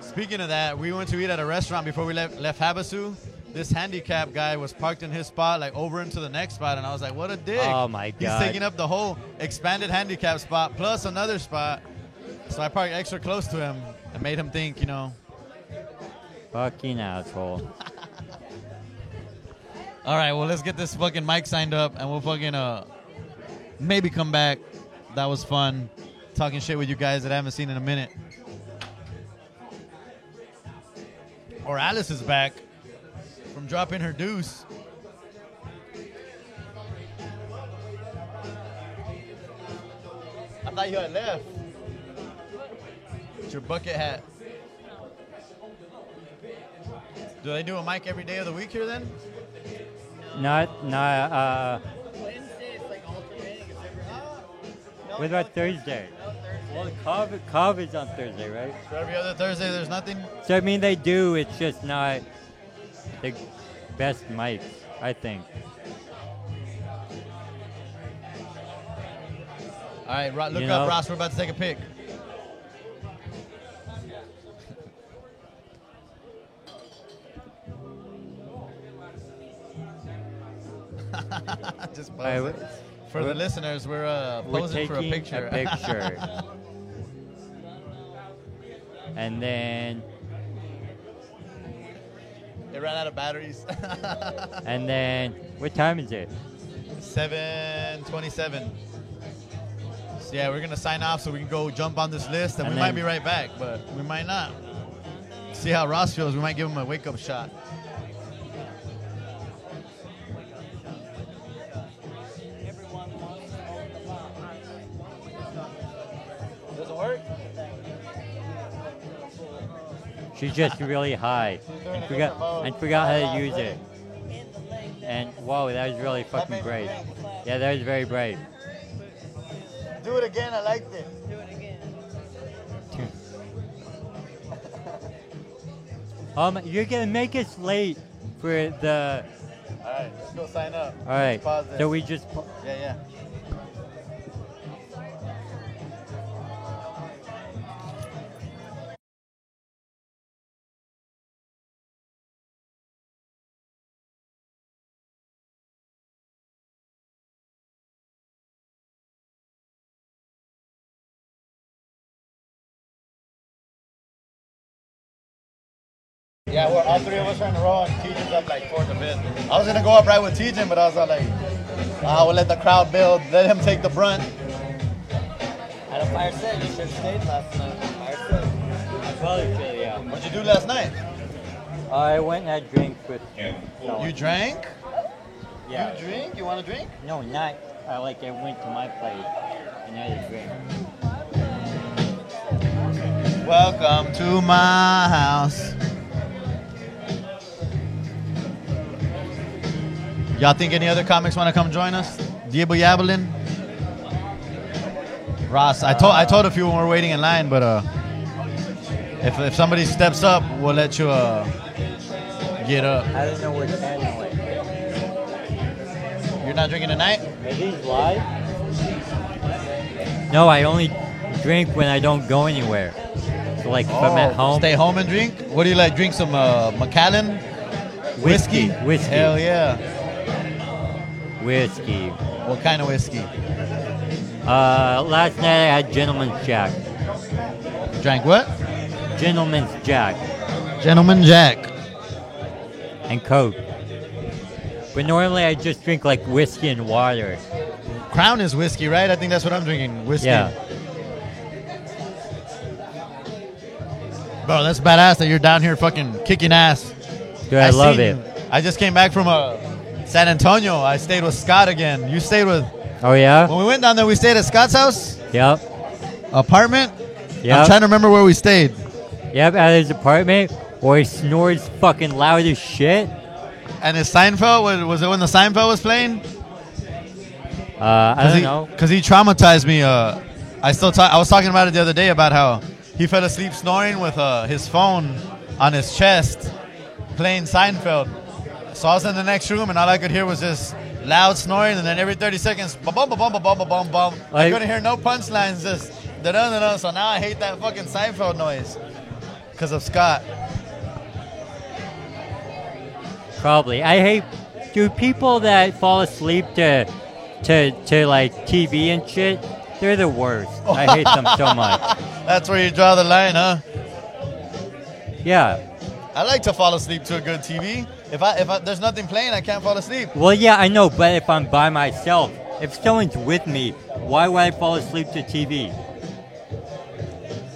Speaker 2: Speaking of that, we went to eat at a restaurant before we left, left Habasu. This handicap guy was parked in his spot, like over into the next spot, and I was like, "What a dick!"
Speaker 13: Oh, my God.
Speaker 2: He's taking up the whole expanded handicap spot plus another spot. So I parked extra close to him and made him think, you know.
Speaker 13: Fucking asshole.
Speaker 2: All right, well, let's get this fucking mic signed up, and we'll fucking uh maybe come back. That was fun talking shit with you guys that I haven't seen in a minute. Or Alice is back from dropping her deuce. I thought you had left. It's your bucket hat. Do they do a mic every day of the week here then?
Speaker 13: Not, not. Uh, what about Thursday? Well, Cov, Cov is on Thursday, right?
Speaker 2: So every other Thursday there's nothing?
Speaker 13: So I mean, they do. It's just not the best mics, I think.
Speaker 2: All right, Ro- look
Speaker 13: You
Speaker 2: up,
Speaker 13: know?
Speaker 2: Ross. We're about to take a pic. Just
Speaker 13: I
Speaker 2: pause
Speaker 13: w-
Speaker 2: it. For the
Speaker 13: we're-
Speaker 2: listeners, we're uh,
Speaker 13: we're
Speaker 2: posing for a
Speaker 13: taking
Speaker 2: picture.
Speaker 13: a picture. And then,
Speaker 2: it ran out of batteries.
Speaker 13: and then, what time is it?
Speaker 2: Seven twenty-seven. So yeah, we're gonna sign off so we can go jump on this list, and,
Speaker 13: And
Speaker 2: we
Speaker 13: then-
Speaker 2: might be right back, but we might not. See how Ross feels. We might give him a wake-up shot. Does it work?
Speaker 13: She's just really high and
Speaker 2: Oh,
Speaker 13: forgot and forgot how to use it. And whoa, that was
Speaker 2: Oh,
Speaker 13: really fucking great. Yeah, that was very brave.
Speaker 2: Do it again. I liked it. Do it again.
Speaker 13: Um, you're gonna make us late for the.
Speaker 2: All right, let's go sign up.
Speaker 13: All right,
Speaker 2: Pause this.
Speaker 13: so we just. pa-
Speaker 2: Yeah, yeah. Yeah, well, all three of us are in a row, and TJ's up like fourth or fifth. I was gonna go up right with TJ, but I was uh, like, I will let the crowd build, let him take the brunt.
Speaker 10: At a fire set, you should have stayed last night. Fire set.
Speaker 13: I probably should, yeah.
Speaker 2: What'd you do last night?
Speaker 13: I went and had drinks with. someone.
Speaker 2: You drank?
Speaker 13: Yeah.
Speaker 2: You drink? You want to drink?
Speaker 13: No, not. I like. I went to my place and I had a drink.
Speaker 2: Welcome to my house. Y'all think any other comics want to come join us? Diablo Yablin? Ross, I told I told a few when we were waiting in line, but uh, if, if somebody steps up, we'll let you uh, get up.
Speaker 13: I don't know what channel it
Speaker 2: You're not drinking tonight?
Speaker 13: Are these live? No, I only drink when I don't go anywhere. So like if I'm at
Speaker 2: Oh,
Speaker 13: home.
Speaker 2: Stay home and drink? What do you like? Drink some uh, Macallan? Whiskey?
Speaker 13: Whiskey.
Speaker 2: Hell yeah.
Speaker 13: Whiskey.
Speaker 2: What kind of whiskey?
Speaker 13: Uh, last night I had Gentleman's Jack.
Speaker 2: Drank what?
Speaker 13: Gentleman's Jack
Speaker 2: Gentleman Jack.
Speaker 13: and Coke. But normally I just drink like whiskey and water.
Speaker 2: Crown is whiskey, right? I think that's what I'm drinking. Whiskey.
Speaker 13: Yeah.
Speaker 2: Bro, that's badass that you're down here fucking kicking ass.
Speaker 13: Dude, I love
Speaker 2: seen
Speaker 13: it.
Speaker 2: you. I just came back from uh, San Antonio. I stayed with Scott again. You stayed with.
Speaker 13: Oh yeah.
Speaker 2: When we went down there, we stayed at Scott's house
Speaker 13: Yep.
Speaker 2: apartment. I'm
Speaker 13: Yep.
Speaker 2: trying to remember where we stayed.
Speaker 13: Yep. At his apartment, where he snores fucking loud as shit.
Speaker 2: And his Seinfeld was, was it when the Seinfeld was playing?
Speaker 13: Uh, I don't know.
Speaker 2: Because he traumatized me. Uh, I still talk. I was talking about it the other day about how he fell asleep snoring with uh, his phone on his chest, playing Seinfeld. So I was in the next room, and all I could hear was this loud snoring, and then every 30 seconds, ba bum ba bum ba bum ba bum bum. I
Speaker 13: Like-
Speaker 2: couldn't hear no punchlines, just da da da da. So now I hate that fucking Seinfeld noise because of Scott.
Speaker 13: Probably. I hate. Do people that fall asleep to, to, to like TV and shit? They're the worst. I hate them so much.
Speaker 2: That's where you draw the line, huh?
Speaker 13: Yeah.
Speaker 2: I like to fall asleep to a good TV. If I if I, there's nothing playing, I can't fall asleep.
Speaker 13: Well, yeah, I know, but if I'm by myself, if someone's with me, why would I fall asleep to TV?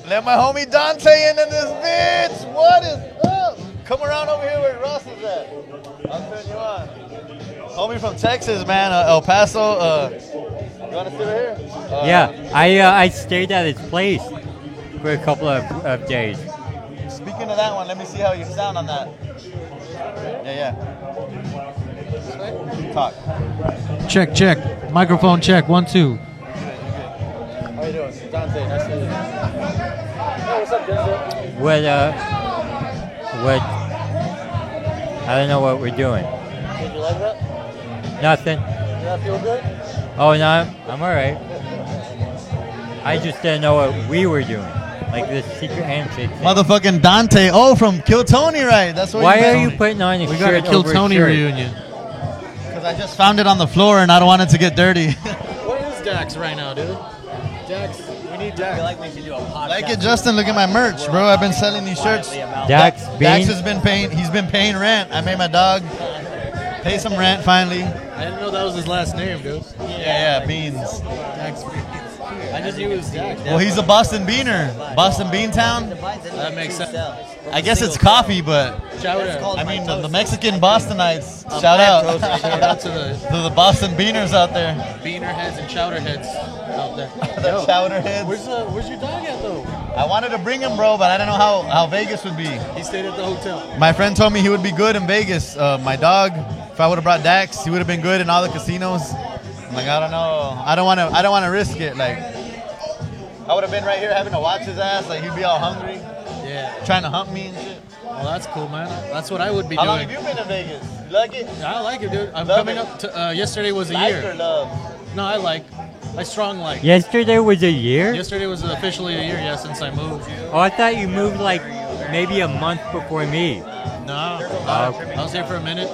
Speaker 2: Let my homie Dante in, in this bitch. What is up? Come around over here where Ross is at. I'll turn you on. Homie from Texas, man, uh, El Paso. Uh, you want to sit right here? Uh,
Speaker 13: yeah, I uh, I stayed at his place for a couple of, of days.
Speaker 2: Speaking of that one, let me see how you sound on that. Yeah, yeah. Talk.
Speaker 14: Check, check. Microphone check. One, two.
Speaker 2: How you doing? Dante, nice to meet you. Hey, what's up, Denzel?
Speaker 13: What uh, what? I don't know what we're doing.
Speaker 2: Did you like that?
Speaker 13: Nothing.
Speaker 2: Did that feel good?
Speaker 13: Oh no, I'm, I'm all right. I just didn't know what we were doing, like this secret handshake. Thing.
Speaker 2: Motherfucking Dante. Oh, from Kill Tony, right? That's what
Speaker 13: Why
Speaker 2: you
Speaker 13: are
Speaker 2: met.
Speaker 13: you putting on a
Speaker 2: We got a
Speaker 13: shirt
Speaker 2: Kill
Speaker 13: over
Speaker 2: Tony
Speaker 13: a shirt?
Speaker 2: reunion. Because I just found it on the floor and I don't want it to get dirty.
Speaker 14: What is Dax right now, dude? Dax, we need Dax. like we should do a podcast.
Speaker 2: Like it, Justin. Look at my merch, bro. I've been selling these shirts.
Speaker 13: Dax Bean?
Speaker 2: Dax has been paying. He's been paying rent. I made my dog pay some rent finally.
Speaker 14: I didn't know that was his last name, dude.
Speaker 2: Yeah, yeah, Beans.
Speaker 14: Dax Beans.
Speaker 10: I just knew it was Dax.
Speaker 2: Well, he's a Boston Beaner. Boston Beantown.
Speaker 14: That makes sense.
Speaker 2: I guess it's coffee, but
Speaker 14: Shout out.
Speaker 2: I mean the, the Mexican Bostonites.
Speaker 14: Uh,
Speaker 2: Shout
Speaker 14: my
Speaker 2: out.
Speaker 14: toast. Shout out to the-
Speaker 2: to the Boston Beaners out there.
Speaker 14: Beaner heads and chowder heads out there.
Speaker 2: The chowder heads.
Speaker 14: Where's, uh, where's your dog at, though?
Speaker 2: I wanted to bring him, bro, but I didn't know how, how Vegas would be.
Speaker 14: He stayed at the hotel.
Speaker 2: My friend told me he would be good in Vegas. Uh, my dog, if I would have brought Dax, he would have been good in all the casinos. I'm like, I don't know. I don't want to. I don't want to risk it. Like, I would have been right here having to watch his ass. Like, he'd be all hungry,
Speaker 14: Yeah.
Speaker 2: trying to hump me and shit.
Speaker 14: Well, that's cool, man. That's what I would be
Speaker 2: How long
Speaker 14: doing.
Speaker 2: have you been in Vegas? You like it?
Speaker 14: I like it, dude. I'm
Speaker 2: Love
Speaker 14: coming
Speaker 2: it.
Speaker 14: up to. Uh, yesterday was a
Speaker 2: Like
Speaker 14: year.
Speaker 2: or love?
Speaker 14: No, I like. I strong like.
Speaker 13: Yesterday was a year.
Speaker 14: Yesterday was officially a year, yeah, since I moved.
Speaker 13: Oh, I thought you moved like maybe a month before me.
Speaker 14: No, I was here for a minute.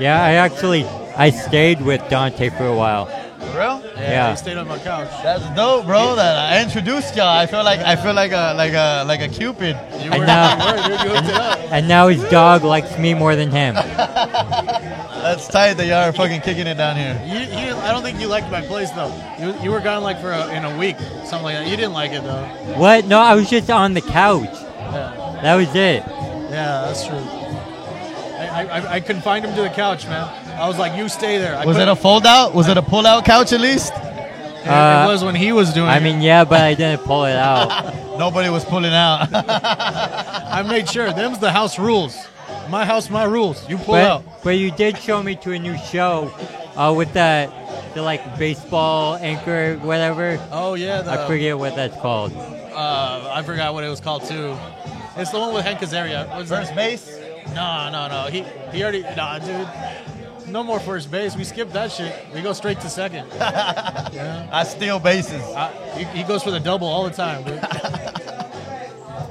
Speaker 13: Yeah, I actually I stayed with Dante for a while.
Speaker 2: For real?
Speaker 14: Yeah,
Speaker 13: Yeah.
Speaker 14: he stayed on my couch.
Speaker 2: That's dope, bro. That I introduced y'all. I feel like I feel like a like a uh, like a cupid.
Speaker 14: You
Speaker 13: And now, and, and now his dog likes me more than him.
Speaker 2: That's tight that y'all are fucking kicking it down here.
Speaker 14: You, you, I don't think you liked my place though. You, you were gone like for a, in a week, something like that. You didn't like it though.
Speaker 13: What? No, I was just on the couch.
Speaker 14: Yeah,
Speaker 13: That was it.
Speaker 14: yeah that's true. I, I, I confined him to the couch, man. I was like, you stay there. I
Speaker 2: Was it
Speaker 14: couldn't-
Speaker 2: a fold out? Was it a pull out couch at least?
Speaker 14: Yeah,
Speaker 2: Uh,
Speaker 14: it was when he was doing
Speaker 13: I
Speaker 14: it.
Speaker 13: mean, yeah, but I didn't pull it out.
Speaker 2: Nobody was pulling out.
Speaker 14: I made sure. Them's the house rules. My house, my rules. You pull
Speaker 13: but,
Speaker 14: out.
Speaker 13: but you did show me to a new show uh, with that the like baseball anchor whatever.
Speaker 14: Oh yeah, the,
Speaker 13: I forget what that's called.
Speaker 14: Uh, I forgot what it was called too. It's the one with Hank Azaria. What's
Speaker 2: First base?
Speaker 14: No, no, no. He he already nah, dude. No more first base. We skip that shit. We go straight to second. yeah.
Speaker 2: I steal bases.
Speaker 14: I, he, he goes for the double all the time. Dude.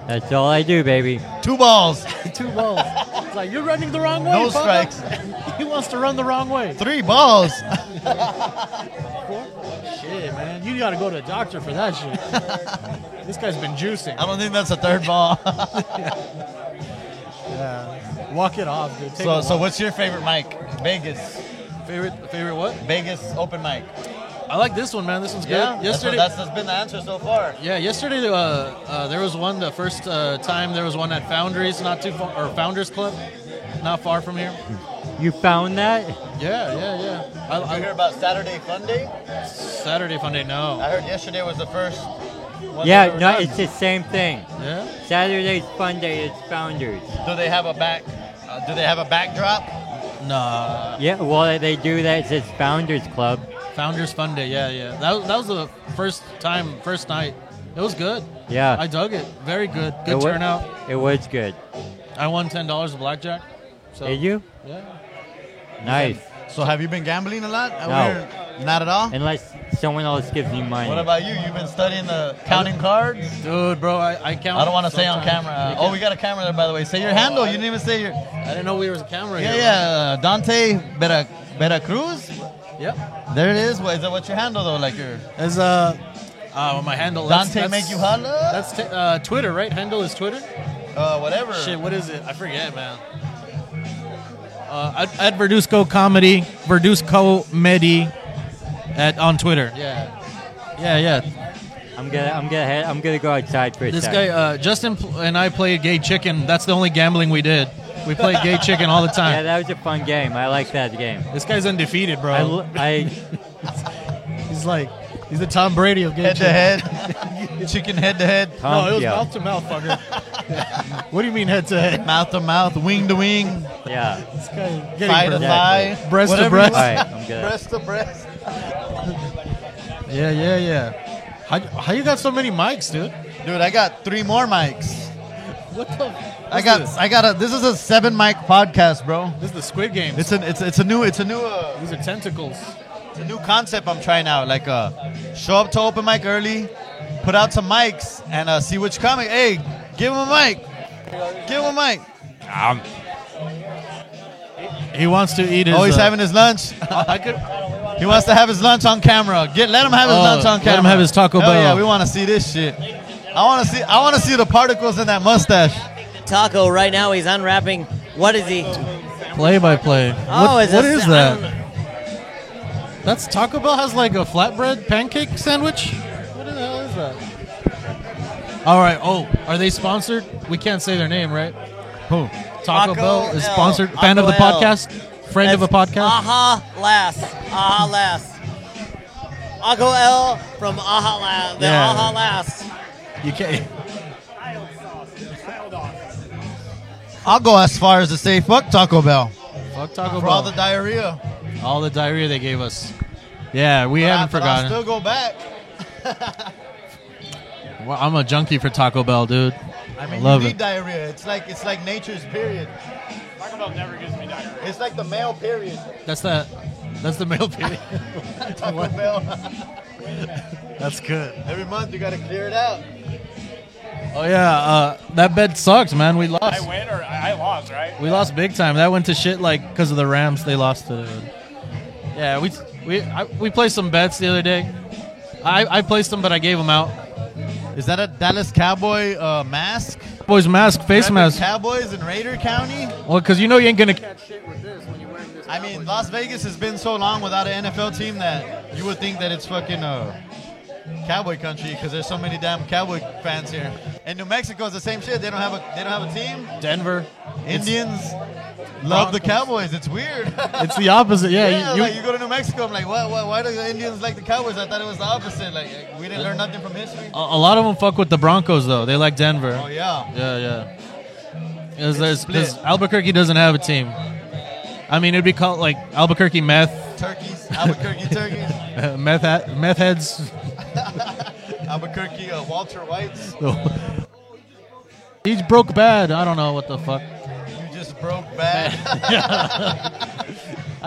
Speaker 13: That's all I do, baby.
Speaker 2: Two balls.
Speaker 14: Two balls. It's like you're running the wrong way.
Speaker 2: No
Speaker 14: fucker."
Speaker 2: strikes.
Speaker 14: he wants to run the wrong way.
Speaker 2: Three balls.
Speaker 14: Shit, man. You gotta go to a doctor for that shit. this guy's been juicing.
Speaker 2: I don't think that's a third ball.
Speaker 14: yeah. Walk it off, dude. Take
Speaker 2: so,
Speaker 14: a
Speaker 2: so
Speaker 14: walk.
Speaker 2: what's your favorite mic? Vegas.
Speaker 14: Favorite favorite what?
Speaker 2: Vegas open mic.
Speaker 14: I like this one, man. This one's good.
Speaker 2: Yeah.
Speaker 14: yesterday,
Speaker 2: That's, what- that's, that's been the answer so far.
Speaker 14: yeah, yesterday uh, uh, there was one. The first uh, time there was one at Foundries, not too far, or Founders Club, not far from here.
Speaker 13: You found that?
Speaker 14: Yeah, yeah, yeah.
Speaker 2: Did you hear about Saturday Fun Day?
Speaker 14: Saturday Funday, no.
Speaker 2: I heard yesterday was the first. one they
Speaker 13: Yeah,
Speaker 2: ever
Speaker 13: no,
Speaker 2: done.
Speaker 13: it's the same thing.
Speaker 14: Yeah.
Speaker 13: Saturday's fun day is Founders.
Speaker 2: Do they have a back? Uh, do they have a backdrop?
Speaker 14: Nah.
Speaker 13: Yeah, well, they do that. It's Founders Club.
Speaker 14: Founders Fun Day. Yeah, yeah. That, was- that was the first time, first night. It was good.
Speaker 13: Yeah.
Speaker 14: I dug it. Very good. Good
Speaker 13: It wa-
Speaker 14: turnout.
Speaker 13: it was good.
Speaker 14: I won ten dollars of blackjack. So
Speaker 13: Did you?
Speaker 14: Yeah.
Speaker 13: Nice.
Speaker 2: So have you been gambling a lot?
Speaker 13: No.
Speaker 2: Not at all?
Speaker 13: Unless someone else gives you money.
Speaker 2: What about you? You've been studying the counting cards?
Speaker 14: Dude, bro, I, I count.
Speaker 2: I don't want to say on
Speaker 14: sometimes.
Speaker 2: camera.
Speaker 14: You
Speaker 2: Oh,
Speaker 14: can-
Speaker 2: we got a camera there, by the way. Say your
Speaker 14: Oh,
Speaker 2: handle.
Speaker 14: I-
Speaker 2: you didn't even say your.
Speaker 14: I didn't know we was a camera.
Speaker 2: Yeah,
Speaker 14: here.
Speaker 2: yeah. uh, Dante Vera, Veracruz?
Speaker 14: Yep.
Speaker 2: There it is. What, is that what's your handle, though? Like your.
Speaker 14: As uh, uh, my handle. that's-
Speaker 2: Dante
Speaker 14: that's-
Speaker 2: make you holla?
Speaker 14: That's t- uh, Twitter, right? Handle is Twitter.
Speaker 2: Uh, whatever.
Speaker 14: Shit, what is it? I forget, man. Uh, at, at Verduzco Comedy, Verduzco Medi, at on Twitter. Yeah. Yeah, yeah.
Speaker 13: I'm gonna, I'm gonna, head, I'm gonna go outside for a
Speaker 14: This
Speaker 13: sec.
Speaker 14: guy, uh, Justin pl- and I played Gay Chicken. That's the only gambling we did. We played Gay Chicken all the
Speaker 13: Yeah,
Speaker 14: time.
Speaker 13: that was a fun game. I like that game.
Speaker 14: This guy's undefeated, bro.
Speaker 13: I, l- I-
Speaker 14: he's like, he's the Tom Brady of Gay
Speaker 2: Head to
Speaker 14: Chicken.
Speaker 2: head. Chicken head to head.
Speaker 14: No, it was mouth to mouth, fucker. what do you mean head to head?
Speaker 2: Mouth to mouth, wing to wing.
Speaker 13: Yeah.
Speaker 14: This guy
Speaker 2: Thigh to thigh.
Speaker 14: breast to
Speaker 2: whatever you
Speaker 14: breast.
Speaker 2: want.
Speaker 14: Breast-
Speaker 2: Breast to breast.
Speaker 14: Yeah, yeah, yeah. How, how you got so many mics, dude?
Speaker 2: Dude, I got three more mics.
Speaker 14: What the?
Speaker 2: I got, I got a. This is a seven mic podcast, bro.
Speaker 14: This is the Squid Game.
Speaker 2: It's an, it's, it's a new, it's a new, uh,
Speaker 14: These are tentacles.
Speaker 2: it's a new concept I'm trying out. Like, uh, show up to open mic early, put out some mics, and uh, see which comic. Hey, give him a mic. Give him a mic.
Speaker 14: He wants to eat his.
Speaker 2: oh, he's
Speaker 14: uh,
Speaker 2: having his lunch.
Speaker 14: I could.
Speaker 2: He wants to have his lunch on camera. Get let him have his
Speaker 14: Oh,
Speaker 2: lunch on
Speaker 14: let him
Speaker 2: camera.
Speaker 14: have his Taco
Speaker 2: Hell
Speaker 14: Bell.
Speaker 2: yeah, we want to see this shit. I want to see. I want to see the particles in that mustache.
Speaker 1: Taco right now. He's unwrapping. What is he?
Speaker 14: Play by play.
Speaker 1: Oh,
Speaker 14: what,
Speaker 1: is
Speaker 14: what
Speaker 1: this-
Speaker 14: is
Speaker 1: I don't
Speaker 14: that? That's Taco Bell has like a flatbread pancake sandwich. What the hell is that? All right. Oh, are they sponsored? We can't say their name, right? Who? Taco,
Speaker 1: Taco
Speaker 14: Bell is
Speaker 1: L.
Speaker 14: sponsored. Fan of the
Speaker 1: Taco L. uh-huh.
Speaker 14: podcast. Friend of a podcast.
Speaker 1: Aha Lass. Aha Lass. Taco L from Aha Lass. The
Speaker 14: Yeah.
Speaker 1: Aha Lass.
Speaker 14: You can't.
Speaker 2: I'll go as far as to say fuck Taco Bell
Speaker 14: Fuck Taco
Speaker 2: for
Speaker 14: Bell.
Speaker 2: all the diarrhea.
Speaker 14: all the diarrhea they gave us. Yeah, we haven't
Speaker 2: But I'll
Speaker 14: forgotten.
Speaker 2: still go back.
Speaker 14: Well, I'm a junkie for Taco Bell, dude.
Speaker 2: I mean,
Speaker 14: love
Speaker 2: you
Speaker 14: it.
Speaker 2: need diarrhea. It's like it's like nature's period. Taco Bell never gives me diarrhea. It's like the male period.
Speaker 14: That's the that's the male period.
Speaker 2: Taco Bell.
Speaker 14: that's good.
Speaker 2: Every month you gotta clear it out.
Speaker 14: Oh yeah, uh, that bet sucks, man. We lost.
Speaker 15: I win or I I lost, right?
Speaker 14: We lost big time. That went to shit like because of the Rams. They lost to. Yeah, we we I, we placed some bets the other day. I, I placed them, but I gave them out.
Speaker 2: Is that a Dallas Cowboy uh, mask?
Speaker 14: Boys mask, face
Speaker 2: Rapid
Speaker 14: mask.
Speaker 2: Cowboys in Raider County.
Speaker 14: Well, because you know you ain't gonna.
Speaker 2: I mean, Las Vegas has been so long without an NFL team that you would think that it's fucking uh, cowboy country because there's so many damn cowboy fans here. And New Mexico is the same shit. They don't have a they don't have a team.
Speaker 14: Denver.
Speaker 2: Indians love the Cowboys. It's weird.
Speaker 14: It's the opposite. Yeah,
Speaker 2: yeah.
Speaker 14: you-
Speaker 2: like you go to New Mexico. I'm like, why, why, why do the Indians like the Cowboys? I thought it was the opposite. Like we didn't learn nothing from history.
Speaker 14: A, a lot of them fuck with the Broncos though. They like Denver.
Speaker 2: Oh yeah.
Speaker 14: Yeah, yeah. Because Albuquerque doesn't have a team. I mean, it'd be called like Albuquerque meth,
Speaker 2: Turkeys, Albuquerque turkeys,
Speaker 14: uh, meth, ha- meth heads.
Speaker 2: Albuquerque uh, Walter Whites.
Speaker 14: He's broke bad. I don't know what the fuck.
Speaker 2: You just broke bad.
Speaker 14: I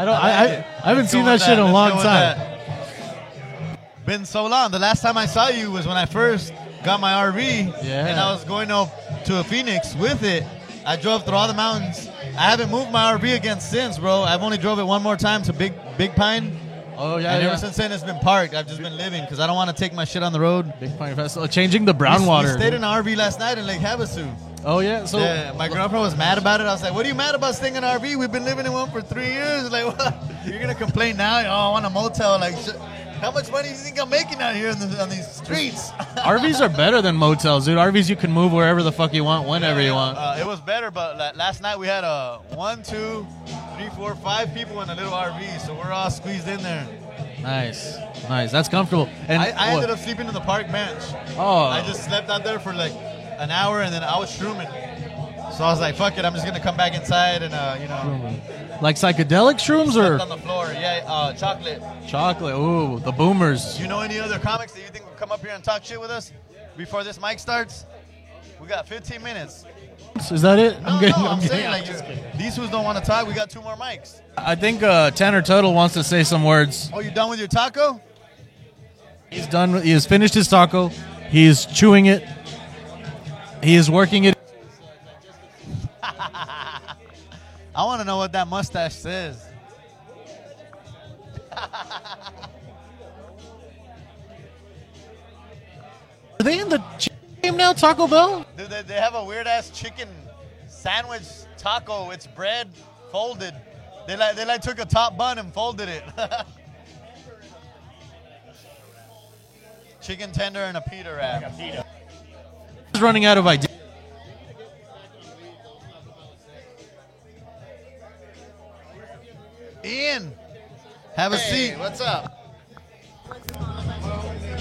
Speaker 14: don't. I, I,
Speaker 2: like it.
Speaker 14: I haven't
Speaker 2: Let's
Speaker 14: seen
Speaker 2: go with
Speaker 14: that shit in a
Speaker 2: Let's
Speaker 14: long
Speaker 2: go with
Speaker 14: time.
Speaker 2: that. Been so long. The last time I saw you was when I first got my RV.
Speaker 14: Yeah.
Speaker 2: And I was going up to Phoenix with it. I drove through all the mountains. I haven't moved my RV again since, bro. I've only drove it one more time to Big Big Pine.
Speaker 14: Oh yeah.
Speaker 2: and
Speaker 14: yeah.
Speaker 2: ever since then, it's been parked. I've just been living because I don't want to take my shit on the road.
Speaker 14: Big Pine Festival. Changing the brown
Speaker 2: we,
Speaker 14: water.
Speaker 2: We stayed in an RV last night in Lake Havasu.
Speaker 14: oh yeah. So
Speaker 2: yeah, my girlfriend was mad about it. I was like, "What are you mad about staying in an RV? We've been living in one for three years. Like, what? you're gonna complain now? Oh, I want a motel. Like, sh- how much money do you think I'm making out here on, the, on these streets?"
Speaker 14: RVs are better than motels, dude. RVs you can move wherever the fuck you want, whenever you want.
Speaker 2: Uh, it was better, but la- last night we had uh, one, two, three, four, five people in a little RV, so we're all squeezed in there.
Speaker 14: Nice, nice. That's comfortable. And
Speaker 2: I, I
Speaker 14: what-
Speaker 2: ended up sleeping in the park bench.
Speaker 14: Oh.
Speaker 2: I just slept out there for like an hour, and then I was shrooming. So I was like, "Fuck it, I'm just gonna come back inside and uh, you know."
Speaker 16: Like psychedelic shrooms or
Speaker 2: on the floor. Yeah, uh, chocolate.
Speaker 16: chocolate? Ooh, the boomers.
Speaker 2: Do you know any other comics that you think would come up here and talk shit with us before this mic starts? We got 15 minutes.
Speaker 16: Is that it?
Speaker 2: No, no, I'm saying like these who's don't want to talk. We got two more mics.
Speaker 16: I think uh, Tanner Tuttle wants to say some words.
Speaker 2: Oh, you done with your taco?
Speaker 16: He's done. with- He has finished his taco. He is chewing it. He is working it.
Speaker 2: I want to know what that mustache says.
Speaker 16: Are they in the ch- game now? Taco Bell?
Speaker 2: Dude, they, they have a weird ass chicken sandwich taco. It's bread folded. They like they like took a top bun and folded it. chicken tender and a pita wrap.
Speaker 16: He's running out of ideas.
Speaker 2: Ian, have a seat. What's up?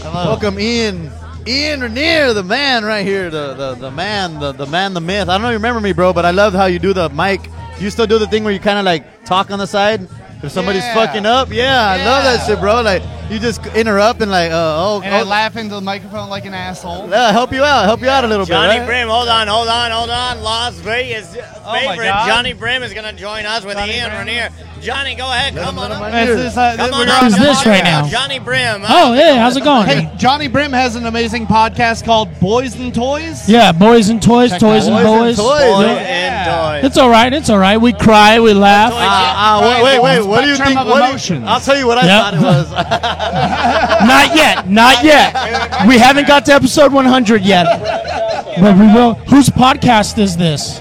Speaker 2: Welcome, Welcome, Ian. Ian Rainier, the man right here, the, the, the man, the, the man, the myth. I don't know if you remember me, bro, but I loved how you do the mic. You still do the thing where you kind of like talk on the side if somebody's
Speaker 14: Yeah.
Speaker 2: fucking up. Yeah, I love that shit, bro. Like you just interrupt and like, uh, oh,
Speaker 14: And I
Speaker 2: oh,
Speaker 14: laugh into the microphone like an asshole.
Speaker 2: uh, help you out, help you out a little
Speaker 14: Johnny
Speaker 2: bit. Right?
Speaker 1: Brim, hold on, hold on, hold on. Las Vegas
Speaker 2: Oh
Speaker 14: my
Speaker 1: favorite
Speaker 14: God.
Speaker 1: Johnny Brim is going to join us with
Speaker 14: Johnny
Speaker 1: Ian
Speaker 14: Brim.
Speaker 1: Rainier. Johnny, go ahead, come on up.
Speaker 14: This is, uh,
Speaker 1: come
Speaker 14: this-
Speaker 1: on
Speaker 14: we're
Speaker 1: up.
Speaker 14: on
Speaker 1: come
Speaker 14: this
Speaker 1: on
Speaker 14: right
Speaker 1: up.
Speaker 14: now.
Speaker 1: Johnny Brim.
Speaker 5: Oh,
Speaker 14: hey, how's it going? Hey, Johnny Brim has an amazing podcast called Boys and Toys.
Speaker 5: Yeah, boys and toys,
Speaker 14: Check
Speaker 5: toys
Speaker 14: that
Speaker 5: and
Speaker 14: out.
Speaker 5: boys.
Speaker 14: Boys and toys. Boys
Speaker 5: and toys. It's all right. It's all right. We cry. We laugh.
Speaker 2: Uh, uh, wait, wait, wait. What do you
Speaker 5: Spectrum
Speaker 2: think?
Speaker 5: of
Speaker 2: What do you-
Speaker 5: emotions.
Speaker 2: I'll tell you what I
Speaker 5: Yep.
Speaker 2: thought it was.
Speaker 5: Not yet. Not yet. We haven't got to episode 100 yet, but we will. Whose podcast is this?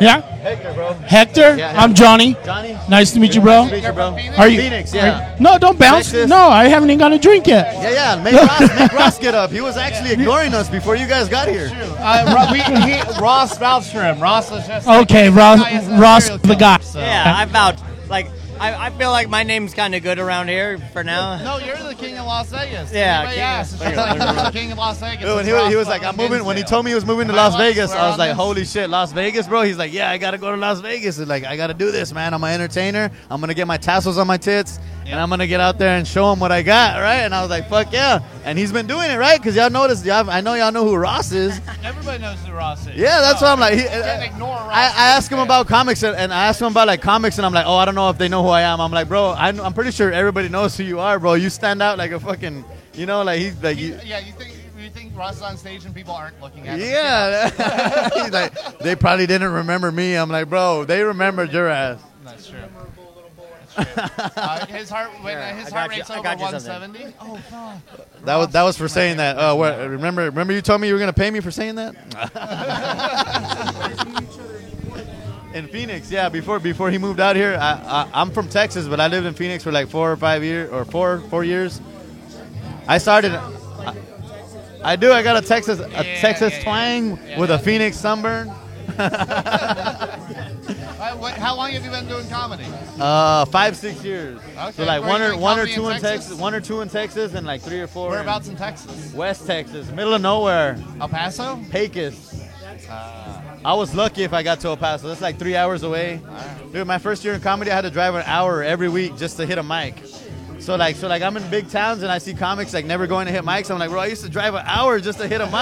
Speaker 5: Yeah. Hector,
Speaker 2: bro.
Speaker 5: Hector.
Speaker 2: Yeah,
Speaker 5: I'm
Speaker 2: Hector.
Speaker 5: Johnny.
Speaker 2: Johnny.
Speaker 5: Nice to meet you, bro.
Speaker 2: Nice to meet you, bro.
Speaker 5: Are you
Speaker 2: Phoenix,
Speaker 5: are-
Speaker 2: yeah.
Speaker 5: no, don't bounce.
Speaker 2: Texas.
Speaker 5: No, I haven't even got a drink yet.
Speaker 2: yeah, yeah. Make Ross, make Ross get up. He was actually ignoring us before you guys got here.
Speaker 14: Uh, Ro- we, he, Ross vouched for him. Ross was just
Speaker 5: Okay, Ross. Ross, the guy.
Speaker 14: Uh,
Speaker 1: Yeah, I vouch. Like, I, I feel like my name's kind of good around here for now.
Speaker 14: No, you're the king of Las Vegas.
Speaker 1: Yeah,
Speaker 14: Anybody
Speaker 1: king of
Speaker 14: asks,
Speaker 1: Las
Speaker 14: it's
Speaker 1: Vegas.
Speaker 14: just like, you're the king of Las Vegas.
Speaker 2: Dude, when
Speaker 14: It's
Speaker 2: he, was,
Speaker 14: Ross
Speaker 2: he was like, I'm
Speaker 14: fucking
Speaker 2: moving. When he
Speaker 14: Dinsdale.
Speaker 2: told me he was moving to
Speaker 14: My
Speaker 2: Las
Speaker 14: lights
Speaker 2: Vegas,
Speaker 14: were
Speaker 2: I was
Speaker 14: on
Speaker 2: like,
Speaker 14: this-
Speaker 2: holy shit, Las Vegas, bro. He's like, yeah, I gotta go to Las Vegas. He's like, I gotta do this, man. I'm an entertainer. I'm gonna get my tassels on my tits, and I'm gonna get out there and show him what I got, right? And I was like, fuck yeah. And he's been doing it, right? Because y'all noticed, y'all, I know y'all know who Ross is.
Speaker 14: Everybody knows who Ross is.
Speaker 2: Yeah, that's
Speaker 14: No,
Speaker 2: what I'm like. He-
Speaker 14: you can't ignore Ross.
Speaker 2: I, I asked him about comics, and, and I asked him about like comics, and I'm like, oh, I don't know if they know who I am. I'm like, bro, I, I'm pretty sure everybody knows who you are, bro. You stand out like a fucking, you know, like he's like you.
Speaker 14: yeah, you think you think Ross is on stage and people aren't looking at him?
Speaker 2: Yeah, He's like they probably didn't remember me. I'm like, bro, they remembered your ass.
Speaker 14: That's true. Uh, his heart when uh, his
Speaker 1: I
Speaker 14: heart
Speaker 1: got you-
Speaker 14: rate's
Speaker 1: I
Speaker 14: over
Speaker 1: got you something.
Speaker 14: 170. Oh fuck.
Speaker 2: That was that was for saying that. Uh, what, remember, remember you told me you were gonna pay me for saying that. in Phoenix, yeah. Before before he moved out here, I, I I'm from Texas, but I lived in Phoenix for like four or five years or four four years. I started. I, I do. I got a Texas a Texas twang with a Phoenix sunburn.
Speaker 14: Uh, what, how long have you been doing comedy?
Speaker 2: Uh, five six years.
Speaker 14: Okay,
Speaker 2: So like
Speaker 14: where
Speaker 2: one
Speaker 14: you
Speaker 2: or
Speaker 14: doing
Speaker 2: one or
Speaker 14: comedy in
Speaker 2: two in
Speaker 14: Texas?
Speaker 2: Texas? one or two in Texas, and like three or four.
Speaker 14: Whereabouts in Texas?
Speaker 2: in West Texas, middle of nowhere,
Speaker 14: El Paso. uh,
Speaker 2: Pecos. I was lucky if I got to El Paso. That's like three hours away. Dude, my first year in comedy, I had to drive an hour every week just to hit a mic. So like, so like, I'm in big towns and I see comics like never going to hit mics. I'm like, bro, I used to drive an hour just to hit a mic,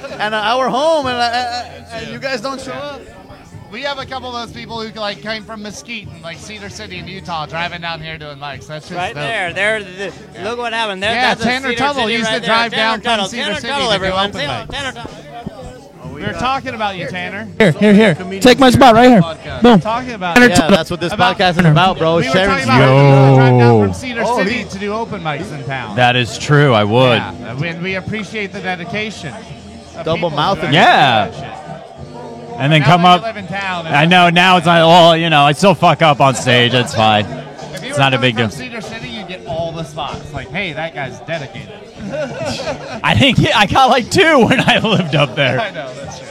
Speaker 2: and an hour home, and, I, I- I- and you guys don't show up.
Speaker 14: We have a couple of those people who like came from Mesquite and like Cedar City in Utah, driving down here doing mics. That's just
Speaker 1: Right
Speaker 14: dope.
Speaker 1: there, there. The, Look what happened. There,
Speaker 14: Yeah,
Speaker 1: that's a
Speaker 14: Tanner
Speaker 1: Cedar
Speaker 14: Tuttle
Speaker 1: City
Speaker 14: used
Speaker 1: right
Speaker 14: to
Speaker 1: there.
Speaker 14: drive
Speaker 1: Tanner
Speaker 14: down from
Speaker 1: Tuttle,
Speaker 14: Cedar
Speaker 1: Tanner
Speaker 14: City
Speaker 1: Tuttle,
Speaker 14: to do
Speaker 1: everyone.
Speaker 14: open
Speaker 1: Tanner,
Speaker 14: mics.
Speaker 1: Tanner Tuttle.
Speaker 14: We were talking about you, Tanner.
Speaker 5: Here, here, here. Take my spot right here. Boom.
Speaker 14: Talking about
Speaker 5: Tanner
Speaker 14: Yeah,
Speaker 5: Tuttle.
Speaker 14: that's what this About- podcast is
Speaker 2: about,
Speaker 14: bro. We were Sharing- talking about Drive down from Cedar
Speaker 13: Oh,
Speaker 14: City to do open mics in town.
Speaker 9: That is true. I would.
Speaker 14: Yeah, we, we appreciate the dedication. of
Speaker 2: Double
Speaker 14: people who actually
Speaker 2: mouthing.
Speaker 9: Yeah.
Speaker 14: do that shit.
Speaker 9: And then
Speaker 14: Now
Speaker 9: come
Speaker 14: that you
Speaker 9: up.
Speaker 14: live in town,
Speaker 9: I know now it's like, well, you know, I still fuck up on stage. That's fine.
Speaker 14: If you
Speaker 9: It's
Speaker 14: were
Speaker 9: not a
Speaker 14: coming
Speaker 9: big deal.
Speaker 14: From Cedar City, you get all the spots. Like, hey, that guy's dedicated.
Speaker 9: I think I got like two when I lived up
Speaker 14: I
Speaker 9: there.
Speaker 14: know that's true.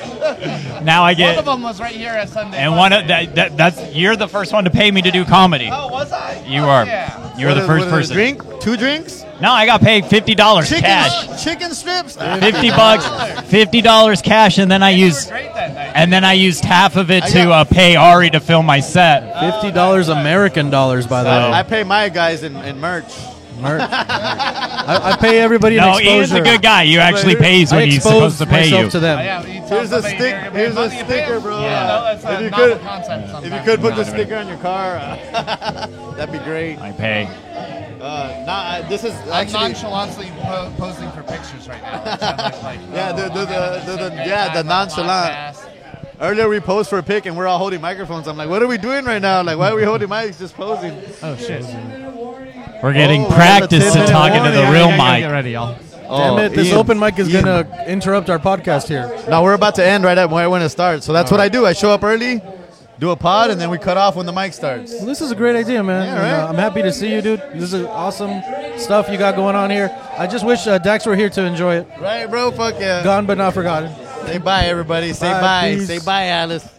Speaker 9: Now I
Speaker 14: One of
Speaker 9: get.
Speaker 14: them was right here at Sunday.
Speaker 9: And
Speaker 14: Fun.
Speaker 9: one of that, that that's you're the first one to pay me to do comedy.
Speaker 14: Oh, was I?
Speaker 9: You
Speaker 14: Oh,
Speaker 9: are.
Speaker 14: Yeah.
Speaker 9: You're the first person.
Speaker 2: Drink two drinks.
Speaker 17: No, I got paid fifty dollars
Speaker 2: Chicken,
Speaker 17: cash.
Speaker 2: chicken strips.
Speaker 17: Fifty bucks, fifty dollars cash, and then I used, and then I used half of it
Speaker 2: I
Speaker 17: to
Speaker 2: got-
Speaker 17: uh, pay Ari to film my set.
Speaker 14: Fifty dollars American dollars, by the
Speaker 17: uh,
Speaker 14: way.
Speaker 2: I pay my guys in, in merch.
Speaker 14: Mer- I, I pay everybody
Speaker 17: No,
Speaker 14: an exposure.
Speaker 17: Ian's a good guy. You actually pays
Speaker 14: I
Speaker 17: when he's
Speaker 14: expose
Speaker 17: supposed to pay
Speaker 14: myself
Speaker 17: you.
Speaker 14: To them.
Speaker 2: Here's a stick. Here's a sticker, bro. Uh, if you could, if you could put the sticker on your car, uh, that'd be great.
Speaker 17: I pay.
Speaker 2: Uh, nah, I- this is
Speaker 15: I'm
Speaker 2: actually.
Speaker 15: nonchalantly po- posing for pictures right now. So I'm like, like,
Speaker 2: Yeah,
Speaker 15: oh,
Speaker 2: the,
Speaker 15: I'm gonna
Speaker 2: the, the,
Speaker 15: take
Speaker 2: the, the,
Speaker 15: great
Speaker 2: yeah, the
Speaker 15: time on
Speaker 2: nonchalant.
Speaker 15: podcast.
Speaker 2: Earlier we posed for a pic and we're all holding microphones. I'm like, what are we doing right now? Like, why are we holding mics? Just posing.
Speaker 14: Oh shit.
Speaker 17: We're getting
Speaker 2: Oh, we're on the
Speaker 17: practice to
Speaker 2: 10-minute
Speaker 17: talking to the
Speaker 2: warning.
Speaker 17: real
Speaker 2: Yeah, yeah, yeah,
Speaker 17: mic. Oh,
Speaker 2: get ready, y'all.
Speaker 14: Damn it! This
Speaker 2: Ian.
Speaker 14: open mic is
Speaker 2: Ian.
Speaker 14: gonna interrupt our podcast here.
Speaker 2: Now we're about to end right at where when it starts. So that's what I do. I show up early, do a pod, and then we cut off when the mic starts.
Speaker 14: Well, this is a great idea, man.
Speaker 2: Yeah, right?
Speaker 14: And, uh, I'm happy to see you, dude. This is awesome stuff you got going on here. I just wish uh, Dax were here to enjoy it.
Speaker 2: Right, bro? Fuck yeah.
Speaker 14: Gone but not forgotten.
Speaker 2: Say bye, everybody. Say
Speaker 14: Bye,
Speaker 2: bye.
Speaker 14: peace.
Speaker 2: Say bye, Alice.